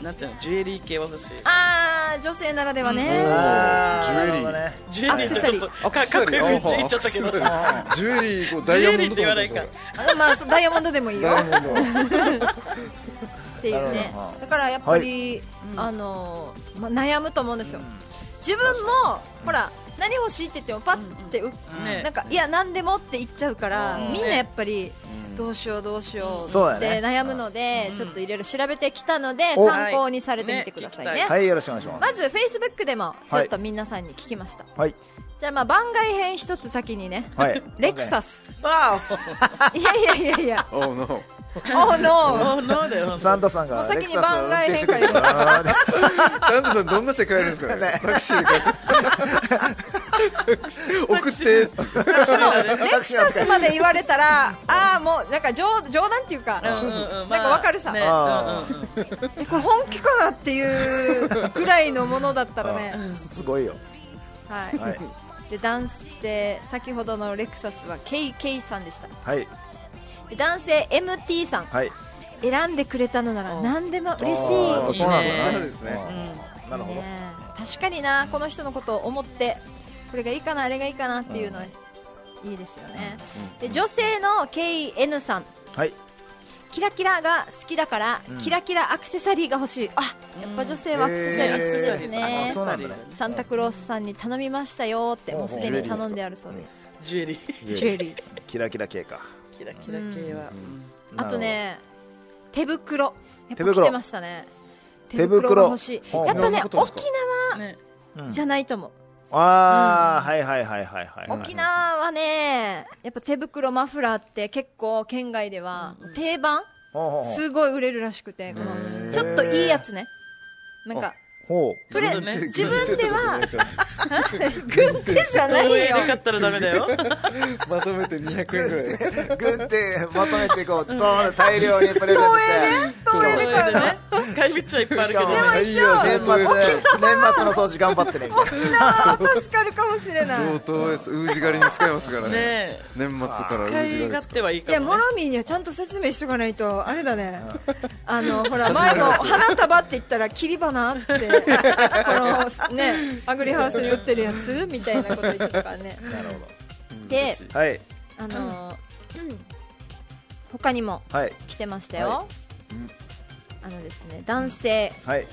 [SPEAKER 3] なんていうのジュエリー系は欲しい
[SPEAKER 7] あー女性ならでは
[SPEAKER 4] お
[SPEAKER 7] ね、
[SPEAKER 4] ー
[SPEAKER 2] ん
[SPEAKER 4] ジュエリ
[SPEAKER 2] な
[SPEAKER 4] ー
[SPEAKER 2] るほどね
[SPEAKER 3] ジュエリーってちょっと
[SPEAKER 4] ア
[SPEAKER 3] か
[SPEAKER 4] クセ
[SPEAKER 3] かっ
[SPEAKER 4] サ
[SPEAKER 3] こ
[SPEAKER 4] リ
[SPEAKER 3] よ
[SPEAKER 4] ー
[SPEAKER 3] く言っちゃったけど
[SPEAKER 4] あーアクセサリージュエリーこうダ
[SPEAKER 3] ジ
[SPEAKER 4] イ
[SPEAKER 3] ュ
[SPEAKER 4] ヤ
[SPEAKER 3] エ
[SPEAKER 4] モ
[SPEAKER 3] リー
[SPEAKER 4] ン
[SPEAKER 3] っ
[SPEAKER 4] ド
[SPEAKER 3] て言わ
[SPEAKER 4] と
[SPEAKER 3] ないか
[SPEAKER 7] あまあそうダイヤモンドでもいいよ
[SPEAKER 4] ダイヤモンド
[SPEAKER 7] っていうね
[SPEAKER 2] なるほど
[SPEAKER 7] だからやっぱり、あのーまあ、悩むと思うんですよ、自分もほら何欲しいって言ってもパッて、う
[SPEAKER 3] ね
[SPEAKER 7] なんかいや何でもって言っちゃうから、
[SPEAKER 2] うん
[SPEAKER 7] みんなやっぱりどうしようどうしよう
[SPEAKER 2] そうだ
[SPEAKER 7] っ
[SPEAKER 2] ね
[SPEAKER 7] て悩むので、ちょっといろいろ調べてきたので、
[SPEAKER 2] お
[SPEAKER 7] 参考にされてみてくださいね,、
[SPEAKER 3] はいね聞きた
[SPEAKER 2] はいよろしくお願いしま
[SPEAKER 7] ますずフェイスブックでもちょっと皆さんに聞きました、
[SPEAKER 2] はい
[SPEAKER 7] じゃあまあ番外編一つ先にね、
[SPEAKER 2] はい
[SPEAKER 7] レクサス
[SPEAKER 3] わ
[SPEAKER 7] いやいやいやいや
[SPEAKER 4] おうの
[SPEAKER 7] おう
[SPEAKER 3] お
[SPEAKER 7] の
[SPEAKER 3] おーだよ
[SPEAKER 2] サンタさんが
[SPEAKER 7] もう先
[SPEAKER 2] レ
[SPEAKER 7] に
[SPEAKER 2] クサスを運転してくれる
[SPEAKER 7] 番
[SPEAKER 4] サンタさんどんな世界ですかねタクシーで送って
[SPEAKER 7] レクサスまで言われたらああもうなんか冗冗談っていうか、
[SPEAKER 3] うんうんうん
[SPEAKER 7] なんかわかるさ
[SPEAKER 3] ね
[SPEAKER 2] あ
[SPEAKER 3] うんうんうん
[SPEAKER 7] えこれ本気かなっていうぐらいのものだったらね、
[SPEAKER 2] すごいよ
[SPEAKER 7] はい
[SPEAKER 2] はい
[SPEAKER 7] で男性先ほどのレクサスは KK さんでした
[SPEAKER 2] はい
[SPEAKER 7] で男性 MT さん
[SPEAKER 2] はい
[SPEAKER 7] 選んでくれたのなら何でも嬉し
[SPEAKER 2] あ
[SPEAKER 7] い
[SPEAKER 2] ーそうなん
[SPEAKER 3] いいね
[SPEAKER 4] こちら
[SPEAKER 2] だ
[SPEAKER 4] ですね
[SPEAKER 2] なるほど
[SPEAKER 7] ねえ確かになこの人のことを思ってこれがいいかなあれがいいかなっていうの、いいですよね、で女性の KN さん
[SPEAKER 2] はい
[SPEAKER 7] キラキラが好きだから、キラキラアクセサリーが欲しいあやっぱ女性はアクセサリー好きです
[SPEAKER 2] へー
[SPEAKER 7] ね、
[SPEAKER 2] あそうなんだね
[SPEAKER 7] サンタクロースさんに頼みましたよってもうすでに頼んであるそうです
[SPEAKER 3] ジュエリー
[SPEAKER 7] ジュエリー
[SPEAKER 2] キラキラ系か
[SPEAKER 3] キラキラ系は
[SPEAKER 7] あとね手袋やっ
[SPEAKER 2] 手
[SPEAKER 7] ぱ
[SPEAKER 2] 袋
[SPEAKER 7] 来てましたね手
[SPEAKER 2] 手袋
[SPEAKER 7] 袋が欲しい
[SPEAKER 2] ほう
[SPEAKER 7] やっぱね
[SPEAKER 4] ほう
[SPEAKER 7] 沖
[SPEAKER 3] ね
[SPEAKER 7] 縄じゃないと思う
[SPEAKER 2] ああはいはいはいはいはい
[SPEAKER 7] 沖縄はねやっぱ手袋マフラーって結構県外では定番
[SPEAKER 2] ほうほうほう
[SPEAKER 7] すごい売れるらしくてこ
[SPEAKER 4] へー
[SPEAKER 7] のちょっといいやつねなんか
[SPEAKER 2] ほう
[SPEAKER 7] プレ
[SPEAKER 3] なるほどね
[SPEAKER 7] 自分では
[SPEAKER 4] 軍手とか
[SPEAKER 7] 軍手じゃない
[SPEAKER 3] 東
[SPEAKER 7] よ
[SPEAKER 3] 映で買ったらダメだよ
[SPEAKER 4] まとめて200円ぐらい
[SPEAKER 2] 軍手まとめてこうドーンと大量にプレゼントして
[SPEAKER 7] 東映
[SPEAKER 3] 東映で
[SPEAKER 7] ね
[SPEAKER 3] ね使い道はいっぱいあ
[SPEAKER 2] しか
[SPEAKER 3] るけど
[SPEAKER 2] も
[SPEAKER 3] ね
[SPEAKER 7] も一応
[SPEAKER 2] 年末の年末の掃除頑張ってねみ たいな
[SPEAKER 7] 沖縄は助かるかもしれない
[SPEAKER 4] 上等ですウージ狩りに使えますからね
[SPEAKER 3] え
[SPEAKER 4] 年末からウージ
[SPEAKER 3] 使
[SPEAKER 4] 狩り
[SPEAKER 3] い
[SPEAKER 4] です
[SPEAKER 3] 勝手はいい
[SPEAKER 7] い
[SPEAKER 3] か
[SPEAKER 7] や
[SPEAKER 3] も
[SPEAKER 7] モ
[SPEAKER 3] ね
[SPEAKER 7] ロミーにはちゃんと説明しとかないとあれだね あのほら前も花束って言ったら切り花 ってこのねアグリハウスに売ってるやつみたいなこと言ってたからね
[SPEAKER 2] なるほ
[SPEAKER 7] で
[SPEAKER 2] どはい
[SPEAKER 7] あの他にも
[SPEAKER 2] はい
[SPEAKER 7] 来てましたよ、
[SPEAKER 2] は
[SPEAKER 7] あのですね男性
[SPEAKER 2] はい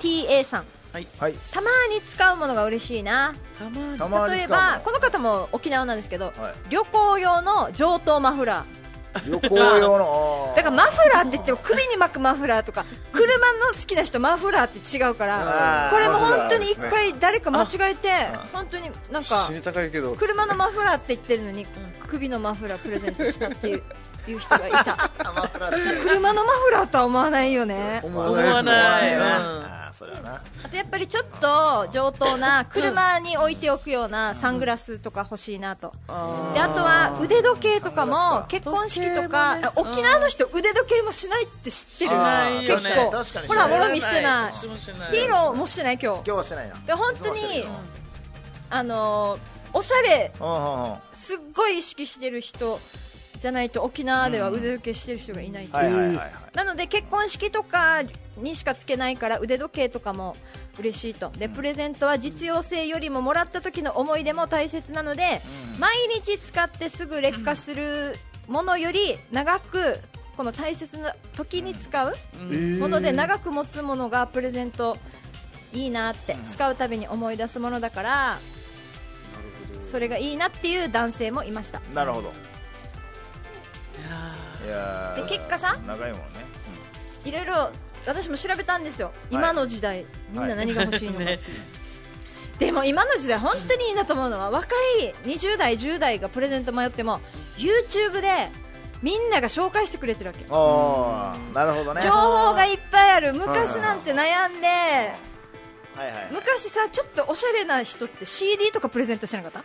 [SPEAKER 7] TA さん
[SPEAKER 2] はい
[SPEAKER 7] たまに使うものが嬉しいな
[SPEAKER 3] たまに
[SPEAKER 2] たまに
[SPEAKER 7] 例え
[SPEAKER 2] 使
[SPEAKER 7] ばこの方も沖縄なんですけど、
[SPEAKER 2] はい
[SPEAKER 7] 旅行用の上等マフ
[SPEAKER 2] う
[SPEAKER 7] ラー
[SPEAKER 2] の旅行用のあー
[SPEAKER 7] だからマフラーって言っても首に巻くマフラー とか車の好きな人マフラーって違うか
[SPEAKER 2] あ
[SPEAKER 7] ら
[SPEAKER 2] ー
[SPEAKER 7] これ
[SPEAKER 2] マ
[SPEAKER 7] も
[SPEAKER 2] フ
[SPEAKER 7] 本
[SPEAKER 2] ラー
[SPEAKER 7] 当に一回誰か間違えて本当になんか
[SPEAKER 4] 死に高いけど
[SPEAKER 7] 車のマフラーって言ってるのに首のマフラープレゼントしたっていういう人がい た車のマフラーとは思わないよね
[SPEAKER 4] 思
[SPEAKER 3] 思わな
[SPEAKER 2] え
[SPEAKER 3] い
[SPEAKER 2] え
[SPEAKER 3] うん
[SPEAKER 2] なあーそれはな
[SPEAKER 7] あとやっぱりちょっと上等な車に置いておくようなサングラスとか欲しいなとであとは腕時計とかも結婚式とか、あ沖縄の人腕時計もしないって知って
[SPEAKER 2] し
[SPEAKER 7] る
[SPEAKER 2] ないよ
[SPEAKER 7] 結
[SPEAKER 2] ね確
[SPEAKER 7] 構
[SPEAKER 2] かにしない
[SPEAKER 7] ほらもろみしてない
[SPEAKER 3] 私もしない
[SPEAKER 7] ヒーローもしてない今日
[SPEAKER 2] 今日はしてないな
[SPEAKER 7] で本当にあのーおしゃれ
[SPEAKER 2] うんうんうん
[SPEAKER 7] すっごい意識してる人じゃないと沖縄では腕時計してる人がいないと
[SPEAKER 2] はいはいはいはい
[SPEAKER 7] なので結婚式とかにしかつけないから腕時計とかも嬉しいとでプレゼントは実用性よりももらった時の思い出も大切なので毎日使ってすぐ劣化するものより長くこの大切な時に使う
[SPEAKER 4] え
[SPEAKER 7] もので長く持つものがプレゼントいいなって使うたびに思い出すものだからそれがいいなっていう男性もいました
[SPEAKER 2] なるほどいやー
[SPEAKER 7] で結果さ
[SPEAKER 2] 長いもんね
[SPEAKER 7] いろいろ私も調べたんですよ、今の時代みんな何が欲しいのか、
[SPEAKER 3] ね
[SPEAKER 7] でも今の時代本当にいいなと思うのは若い20代10代がプレゼント迷っても YouTube でみんなが紹介してくれてるわけ
[SPEAKER 2] ああなるほどね
[SPEAKER 7] 情報がいっぱいある昔なんて悩んで
[SPEAKER 2] はいはい
[SPEAKER 7] 昔さちょっとおしゃれな人って CD とかプレゼントしてなかった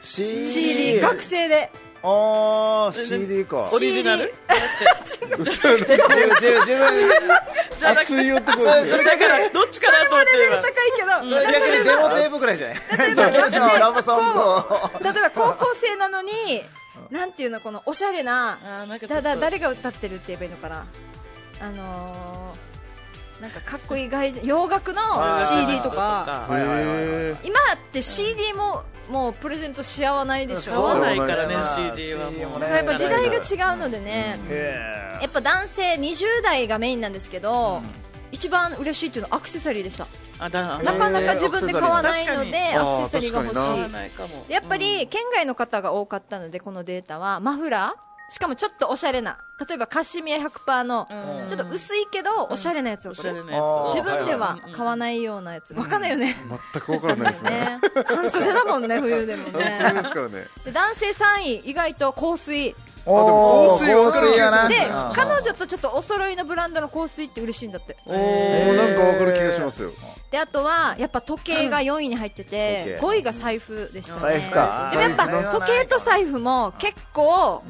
[SPEAKER 2] CD,
[SPEAKER 7] CD 学生で
[SPEAKER 2] ああ CD か
[SPEAKER 3] オリジナル
[SPEAKER 4] 自分
[SPEAKER 3] じゃなくて
[SPEAKER 4] 熱い男
[SPEAKER 2] そ
[SPEAKER 4] で
[SPEAKER 2] れ
[SPEAKER 4] す
[SPEAKER 2] そ
[SPEAKER 4] よ
[SPEAKER 2] れ逆に
[SPEAKER 3] どっちかなと思って
[SPEAKER 7] レベル
[SPEAKER 3] 今
[SPEAKER 7] 高いけど
[SPEAKER 2] それ逆にデモテープぐらいじゃないジャケのラブソングを
[SPEAKER 7] 例えば高校生なのになんていうのこのおしゃれな
[SPEAKER 3] あーなんかちょ
[SPEAKER 7] だ
[SPEAKER 3] っと
[SPEAKER 7] だ誰が歌ってるって言えばいいのかなあのーなんかかっこいい外人洋楽の
[SPEAKER 2] あー
[SPEAKER 7] CD とか
[SPEAKER 2] はいはいはいはい
[SPEAKER 4] へ
[SPEAKER 7] 今って CD ももうプレゼントし合わないでし
[SPEAKER 3] 合わ
[SPEAKER 7] ょ
[SPEAKER 3] ないからね
[SPEAKER 2] そうなんだ
[SPEAKER 3] CD はもう
[SPEAKER 2] CD もね
[SPEAKER 7] やっぱ時代が違うのでね
[SPEAKER 2] へ
[SPEAKER 7] やっぱ男性20代がメインなんですけど一番嬉しいっていうのはアクセサリーでした
[SPEAKER 3] あだ
[SPEAKER 7] なかなか自分で買わないので
[SPEAKER 4] へー
[SPEAKER 7] ア
[SPEAKER 4] アク
[SPEAKER 7] クセサ
[SPEAKER 4] セサ
[SPEAKER 7] リ
[SPEAKER 4] リ
[SPEAKER 7] ー
[SPEAKER 4] ーね
[SPEAKER 7] が
[SPEAKER 4] あー確かにな
[SPEAKER 7] 欲しい
[SPEAKER 3] 買わないかも
[SPEAKER 7] やっぱり県外の方が多かったのでこのデータはマフラーしかもちょっとおしゃれな例えばカシミヤ100%の
[SPEAKER 3] うん
[SPEAKER 7] ちょっと薄いけどおしゃれなやつを
[SPEAKER 3] おし
[SPEAKER 7] 買
[SPEAKER 3] ゃ
[SPEAKER 7] う
[SPEAKER 3] れな
[SPEAKER 2] あー
[SPEAKER 3] や
[SPEAKER 7] 自
[SPEAKER 3] つ
[SPEAKER 7] 分では
[SPEAKER 3] うんうん
[SPEAKER 7] 買わないようなやつわかんないよね
[SPEAKER 4] ー全くわからないですね
[SPEAKER 7] ね半袖だもんね冬でも
[SPEAKER 4] 男性で
[SPEAKER 7] ね
[SPEAKER 4] すからね
[SPEAKER 7] で男性3位意外と香水で
[SPEAKER 2] ーおー香水
[SPEAKER 4] 香水
[SPEAKER 2] やな
[SPEAKER 7] 彼
[SPEAKER 2] うん
[SPEAKER 7] 女とちょっとお揃いのブランドの香水って嬉しいんだって
[SPEAKER 3] お
[SPEAKER 4] お
[SPEAKER 3] ー
[SPEAKER 4] ーなんかわかる気がしますよ
[SPEAKER 7] であとはやっぱ時計が4位に入ってて
[SPEAKER 2] うん
[SPEAKER 7] 5位が財布でしたね
[SPEAKER 2] 財布か
[SPEAKER 7] でもやっぱ
[SPEAKER 2] 財布はない
[SPEAKER 7] 時計と財布も結構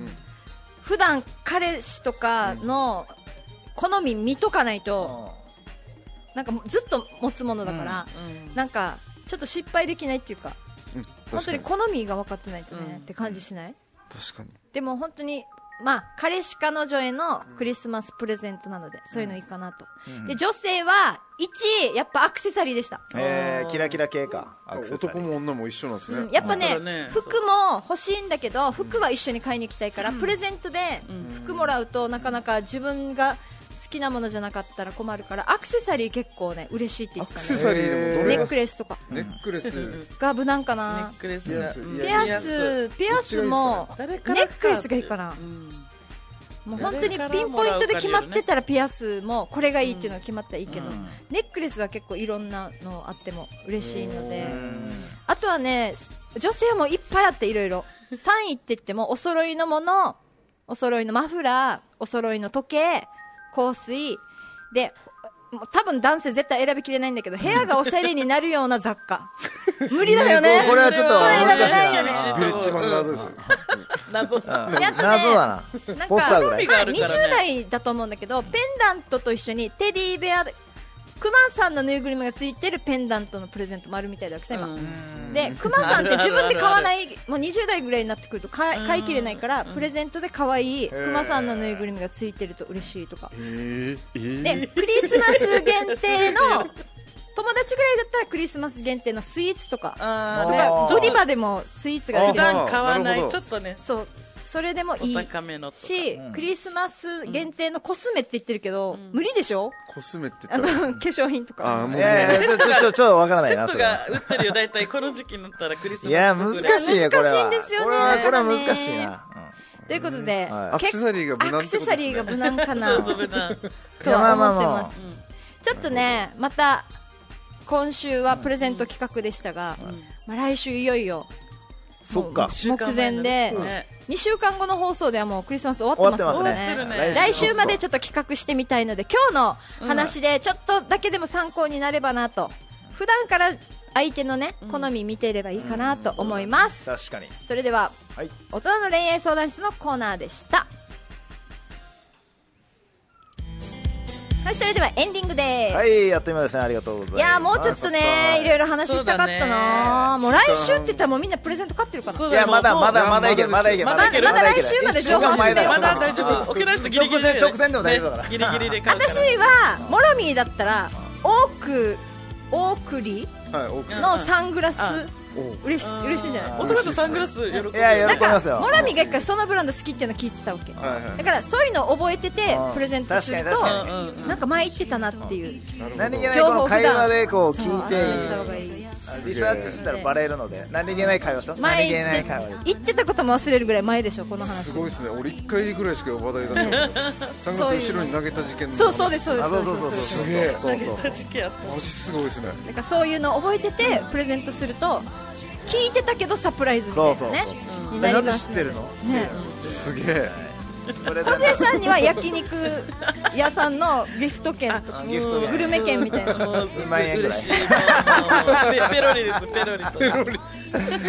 [SPEAKER 7] 普段彼氏とかの好み見とかないとなんかもうずっと持つものだからなんかちょっと失敗できないっていうか
[SPEAKER 4] うん
[SPEAKER 7] 本
[SPEAKER 4] 確
[SPEAKER 7] 当
[SPEAKER 4] か
[SPEAKER 7] に
[SPEAKER 4] に
[SPEAKER 7] 好みが分かってないとね
[SPEAKER 3] うん
[SPEAKER 7] って感じしない
[SPEAKER 4] 確かに
[SPEAKER 7] でも本当にまあ彼氏彼女へのクリスマスプレゼントなのでそういうのいいかなとで女性は1位やっぱアクセサリーでした
[SPEAKER 2] えーキラキラ系かアクセサリ
[SPEAKER 4] 男
[SPEAKER 2] ー
[SPEAKER 4] も女も一緒なんです
[SPEAKER 7] う
[SPEAKER 4] ね
[SPEAKER 7] ん、やっぱ
[SPEAKER 3] だか
[SPEAKER 7] ね
[SPEAKER 3] らね
[SPEAKER 7] 服も欲しいんだけど服は一緒に買いに行きたいから、プレゼントで服もらうとなかなか自分が好きなものじゃなかったら困るからアクセサリー結構ね嬉しいって言
[SPEAKER 4] ア
[SPEAKER 7] って
[SPEAKER 4] ク
[SPEAKER 7] た
[SPEAKER 4] セ
[SPEAKER 7] ね
[SPEAKER 4] サリーでもどれ
[SPEAKER 7] ネ
[SPEAKER 4] が
[SPEAKER 7] ックレスとか
[SPEAKER 4] ネックレス
[SPEAKER 7] が無難か
[SPEAKER 3] ネ
[SPEAKER 7] な
[SPEAKER 3] ックレスがうん
[SPEAKER 7] ピアスピアスもネ
[SPEAKER 3] 誰からか
[SPEAKER 7] ックレスがいいかな
[SPEAKER 3] うん
[SPEAKER 7] もう本当にピンポイントで決まってたらピアスもこれがいいっていうのが決まったらいいけど、ネックレスは結構いろんなのあっても嬉しいのであとはね女性もいっぱいあっていろいろ3位って言ってもお揃いのものお揃いのマフラーお揃いの時計香水でもう多分男性絶対選びきれないんだけど部屋がおしゃれになるような雑貨 無理だよね
[SPEAKER 2] ねこれはちょっと難しいな
[SPEAKER 4] ヴィレッジマンガードです
[SPEAKER 3] 謎だ
[SPEAKER 7] であとね
[SPEAKER 2] 謎だな
[SPEAKER 7] なん
[SPEAKER 2] ポスターぐ
[SPEAKER 7] から
[SPEAKER 2] い
[SPEAKER 3] がある
[SPEAKER 7] 20
[SPEAKER 3] からね
[SPEAKER 7] 代だと思うんだけどペンダントと一緒にテディベアクマさんのぬいぐるみがついてるペンダントのプレゼントもあるみたいだけどさ、今でクマさんって自分で買わないもう20代ぐらいになってくると買い買い切れないからプレゼントで可愛いクマさんのぬいぐるみがついてると嬉しいとか
[SPEAKER 4] えーえー
[SPEAKER 7] でクリスマス限定の友達ぐらいだったらクリスマス限定のスイーツとかと
[SPEAKER 3] あー
[SPEAKER 7] かジョリバでもスイーツがで
[SPEAKER 3] 普
[SPEAKER 7] きる
[SPEAKER 3] 段買わな
[SPEAKER 4] なる
[SPEAKER 3] い
[SPEAKER 4] ほ
[SPEAKER 3] ちょ
[SPEAKER 4] ど
[SPEAKER 3] っとね
[SPEAKER 7] そうそれでもい
[SPEAKER 3] お
[SPEAKER 7] い
[SPEAKER 3] 高めのとか
[SPEAKER 7] し、クリスマス限定のコスメって言ってるけど、無理でしょ
[SPEAKER 4] コスメって言っ
[SPEAKER 7] あの
[SPEAKER 4] たら
[SPEAKER 7] 化粧品と
[SPEAKER 4] あ
[SPEAKER 7] か
[SPEAKER 4] ーもう
[SPEAKER 2] いやいやちょちょちょちょわからない
[SPEAKER 3] セ
[SPEAKER 2] な
[SPEAKER 3] ッ
[SPEAKER 2] そ
[SPEAKER 3] ト
[SPEAKER 2] れは
[SPEAKER 3] が売ってるよ大体この時期になったらクリスマス
[SPEAKER 2] いや難しいよこれは
[SPEAKER 7] 難しいんですよね
[SPEAKER 2] これはこれは
[SPEAKER 7] だからね
[SPEAKER 2] 難しいなうん
[SPEAKER 7] ということで、
[SPEAKER 2] はい
[SPEAKER 4] アクセサリーが無難
[SPEAKER 7] ア
[SPEAKER 4] って
[SPEAKER 7] クセ
[SPEAKER 4] こと
[SPEAKER 7] サ
[SPEAKER 4] で
[SPEAKER 7] リーが
[SPEAKER 4] すね
[SPEAKER 7] 無難かなとは思って
[SPEAKER 3] な
[SPEAKER 7] ます、ちょっとねまた今週はプレゼント企画でしたが、まあ、来週いよいよ
[SPEAKER 2] そっか
[SPEAKER 7] 目前で
[SPEAKER 3] ね
[SPEAKER 7] 2週間後の放送ではもうクリスマス終わってますも
[SPEAKER 2] 終
[SPEAKER 7] ん
[SPEAKER 2] わ
[SPEAKER 3] ってますね
[SPEAKER 7] ね来週までちょっと企画してみたいので今日の話でちょっとだけでも参考になればなと普段から相手のね好み見ていればいいかなと思います
[SPEAKER 2] 確かに
[SPEAKER 7] それでは
[SPEAKER 2] はい
[SPEAKER 7] 大人の恋愛相談室のコーナーでしたはいそれではエンディングです、
[SPEAKER 2] はいやってみまですねありがとうございます
[SPEAKER 7] いやーもうちょっとねいろいろ話したかった
[SPEAKER 3] そう
[SPEAKER 7] な
[SPEAKER 3] だ
[SPEAKER 7] もう来週って言ったらもうみんなプレゼント買ってるかな
[SPEAKER 3] そう
[SPEAKER 2] いやまだまだまだいけるまだいける
[SPEAKER 3] まだいけるまだ
[SPEAKER 7] 来週まで情報
[SPEAKER 2] 一週間前だよ
[SPEAKER 3] まだ大丈夫沖縄の人ギリギリ
[SPEAKER 2] 直前直前でも大丈夫だから
[SPEAKER 3] ギリギリで買うから
[SPEAKER 7] 私はモロミーだったらオークオークリ
[SPEAKER 4] はい多く
[SPEAKER 7] のサングラス
[SPEAKER 3] うん
[SPEAKER 7] 嬉し嬉しいんじゃない
[SPEAKER 8] 男とサングラス喜ぶ
[SPEAKER 2] いや喜びますよ
[SPEAKER 7] モラミが一回そのブランド好きっていうの聞いてたわけ、
[SPEAKER 4] はいはい
[SPEAKER 7] だからそういうのを覚えてて
[SPEAKER 2] うん
[SPEAKER 7] プレゼントすると
[SPEAKER 2] 確かに確
[SPEAKER 8] かに
[SPEAKER 7] なんか前言ってたなっていう
[SPEAKER 4] なるほど
[SPEAKER 2] 何気ないこの会話でこう
[SPEAKER 7] そう
[SPEAKER 2] 聞いて
[SPEAKER 7] 集めてた方がいい
[SPEAKER 2] リサーチしたらバレるので何気ない会話と何
[SPEAKER 7] 前
[SPEAKER 2] 気な
[SPEAKER 7] 言
[SPEAKER 2] い
[SPEAKER 7] っ
[SPEAKER 2] 会話で
[SPEAKER 7] て言ってたことも忘れるぐらい前でしょこの話
[SPEAKER 4] すごいですね俺一回ぐらいしか話題出し なかったサングラス後ろに投げた事件の
[SPEAKER 7] そうそうですそうです
[SPEAKER 2] あそうそうそう
[SPEAKER 7] です
[SPEAKER 2] そう
[SPEAKER 4] すげえ
[SPEAKER 2] そうそうそう
[SPEAKER 8] 時期あっ
[SPEAKER 4] マジすごいですね
[SPEAKER 7] なんかそういうのを覚えててプレゼントすると聞いてたけどサプライズみたいなね
[SPEAKER 2] そうそう
[SPEAKER 7] に
[SPEAKER 2] え
[SPEAKER 7] な
[SPEAKER 2] な
[SPEAKER 7] り
[SPEAKER 2] んで
[SPEAKER 7] ま
[SPEAKER 2] 知
[SPEAKER 7] す
[SPEAKER 2] ってるの
[SPEAKER 7] ね
[SPEAKER 4] すげえ
[SPEAKER 2] これ
[SPEAKER 7] 小瀬さんには焼肉屋さんのギフト券と
[SPEAKER 2] あ
[SPEAKER 7] か
[SPEAKER 2] ギフト券
[SPEAKER 7] グルメ券みたいな
[SPEAKER 8] たもう
[SPEAKER 2] 2万円ぐらい
[SPEAKER 8] 嬉しいもうもうペペロリですペロリと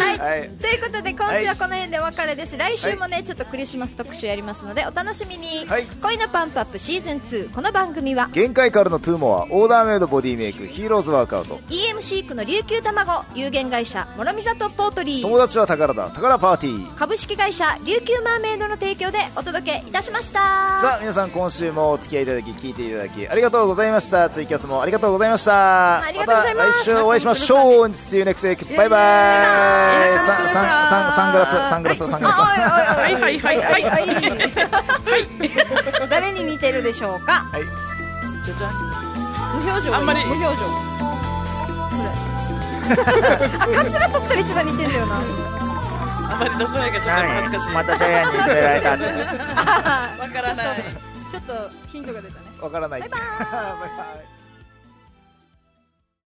[SPEAKER 7] はい、
[SPEAKER 2] はい
[SPEAKER 7] ということで今週はこの辺でお別れです、来週もねちょっとクリスマス特集やりますのでお楽しみに、
[SPEAKER 2] はい
[SPEAKER 7] 恋のパンプアップシーズン2この番組は
[SPEAKER 2] 限界からのトゥーモアオーダーメイドボディメイクヒーローズワークアウト
[SPEAKER 7] EM シークの琉球卵有限会社諸見里ポートリ
[SPEAKER 2] 友
[SPEAKER 7] ー
[SPEAKER 2] 達は宝だ宝パーティー
[SPEAKER 7] 株式会社琉球マーメイドの提供でお届けいたしました
[SPEAKER 2] さあ皆さん今週もお付き合いいただき聞いていただきありがとうございましたツイキャスもありがとうございました
[SPEAKER 7] ありがとうございます
[SPEAKER 2] た来週お会いしましょう See you next week バイバイ
[SPEAKER 7] バイバイ
[SPEAKER 2] さんさんさんサングラスサングラスサングラス
[SPEAKER 7] あ
[SPEAKER 8] はいはいはいはい
[SPEAKER 7] おいおいおいおいはい誰に似てるでしょうか
[SPEAKER 2] はい
[SPEAKER 8] じゃじゃん
[SPEAKER 7] 無表情
[SPEAKER 8] あんまり
[SPEAKER 7] 無表情それあカツラ取ったら一番似てんだよな
[SPEAKER 8] あまり出さないからちょっとやっぱ恥ずかしい
[SPEAKER 2] またダイヤに連れられたって
[SPEAKER 8] わからない
[SPEAKER 7] ちょっとヒントが出たね
[SPEAKER 2] わからないバイバイ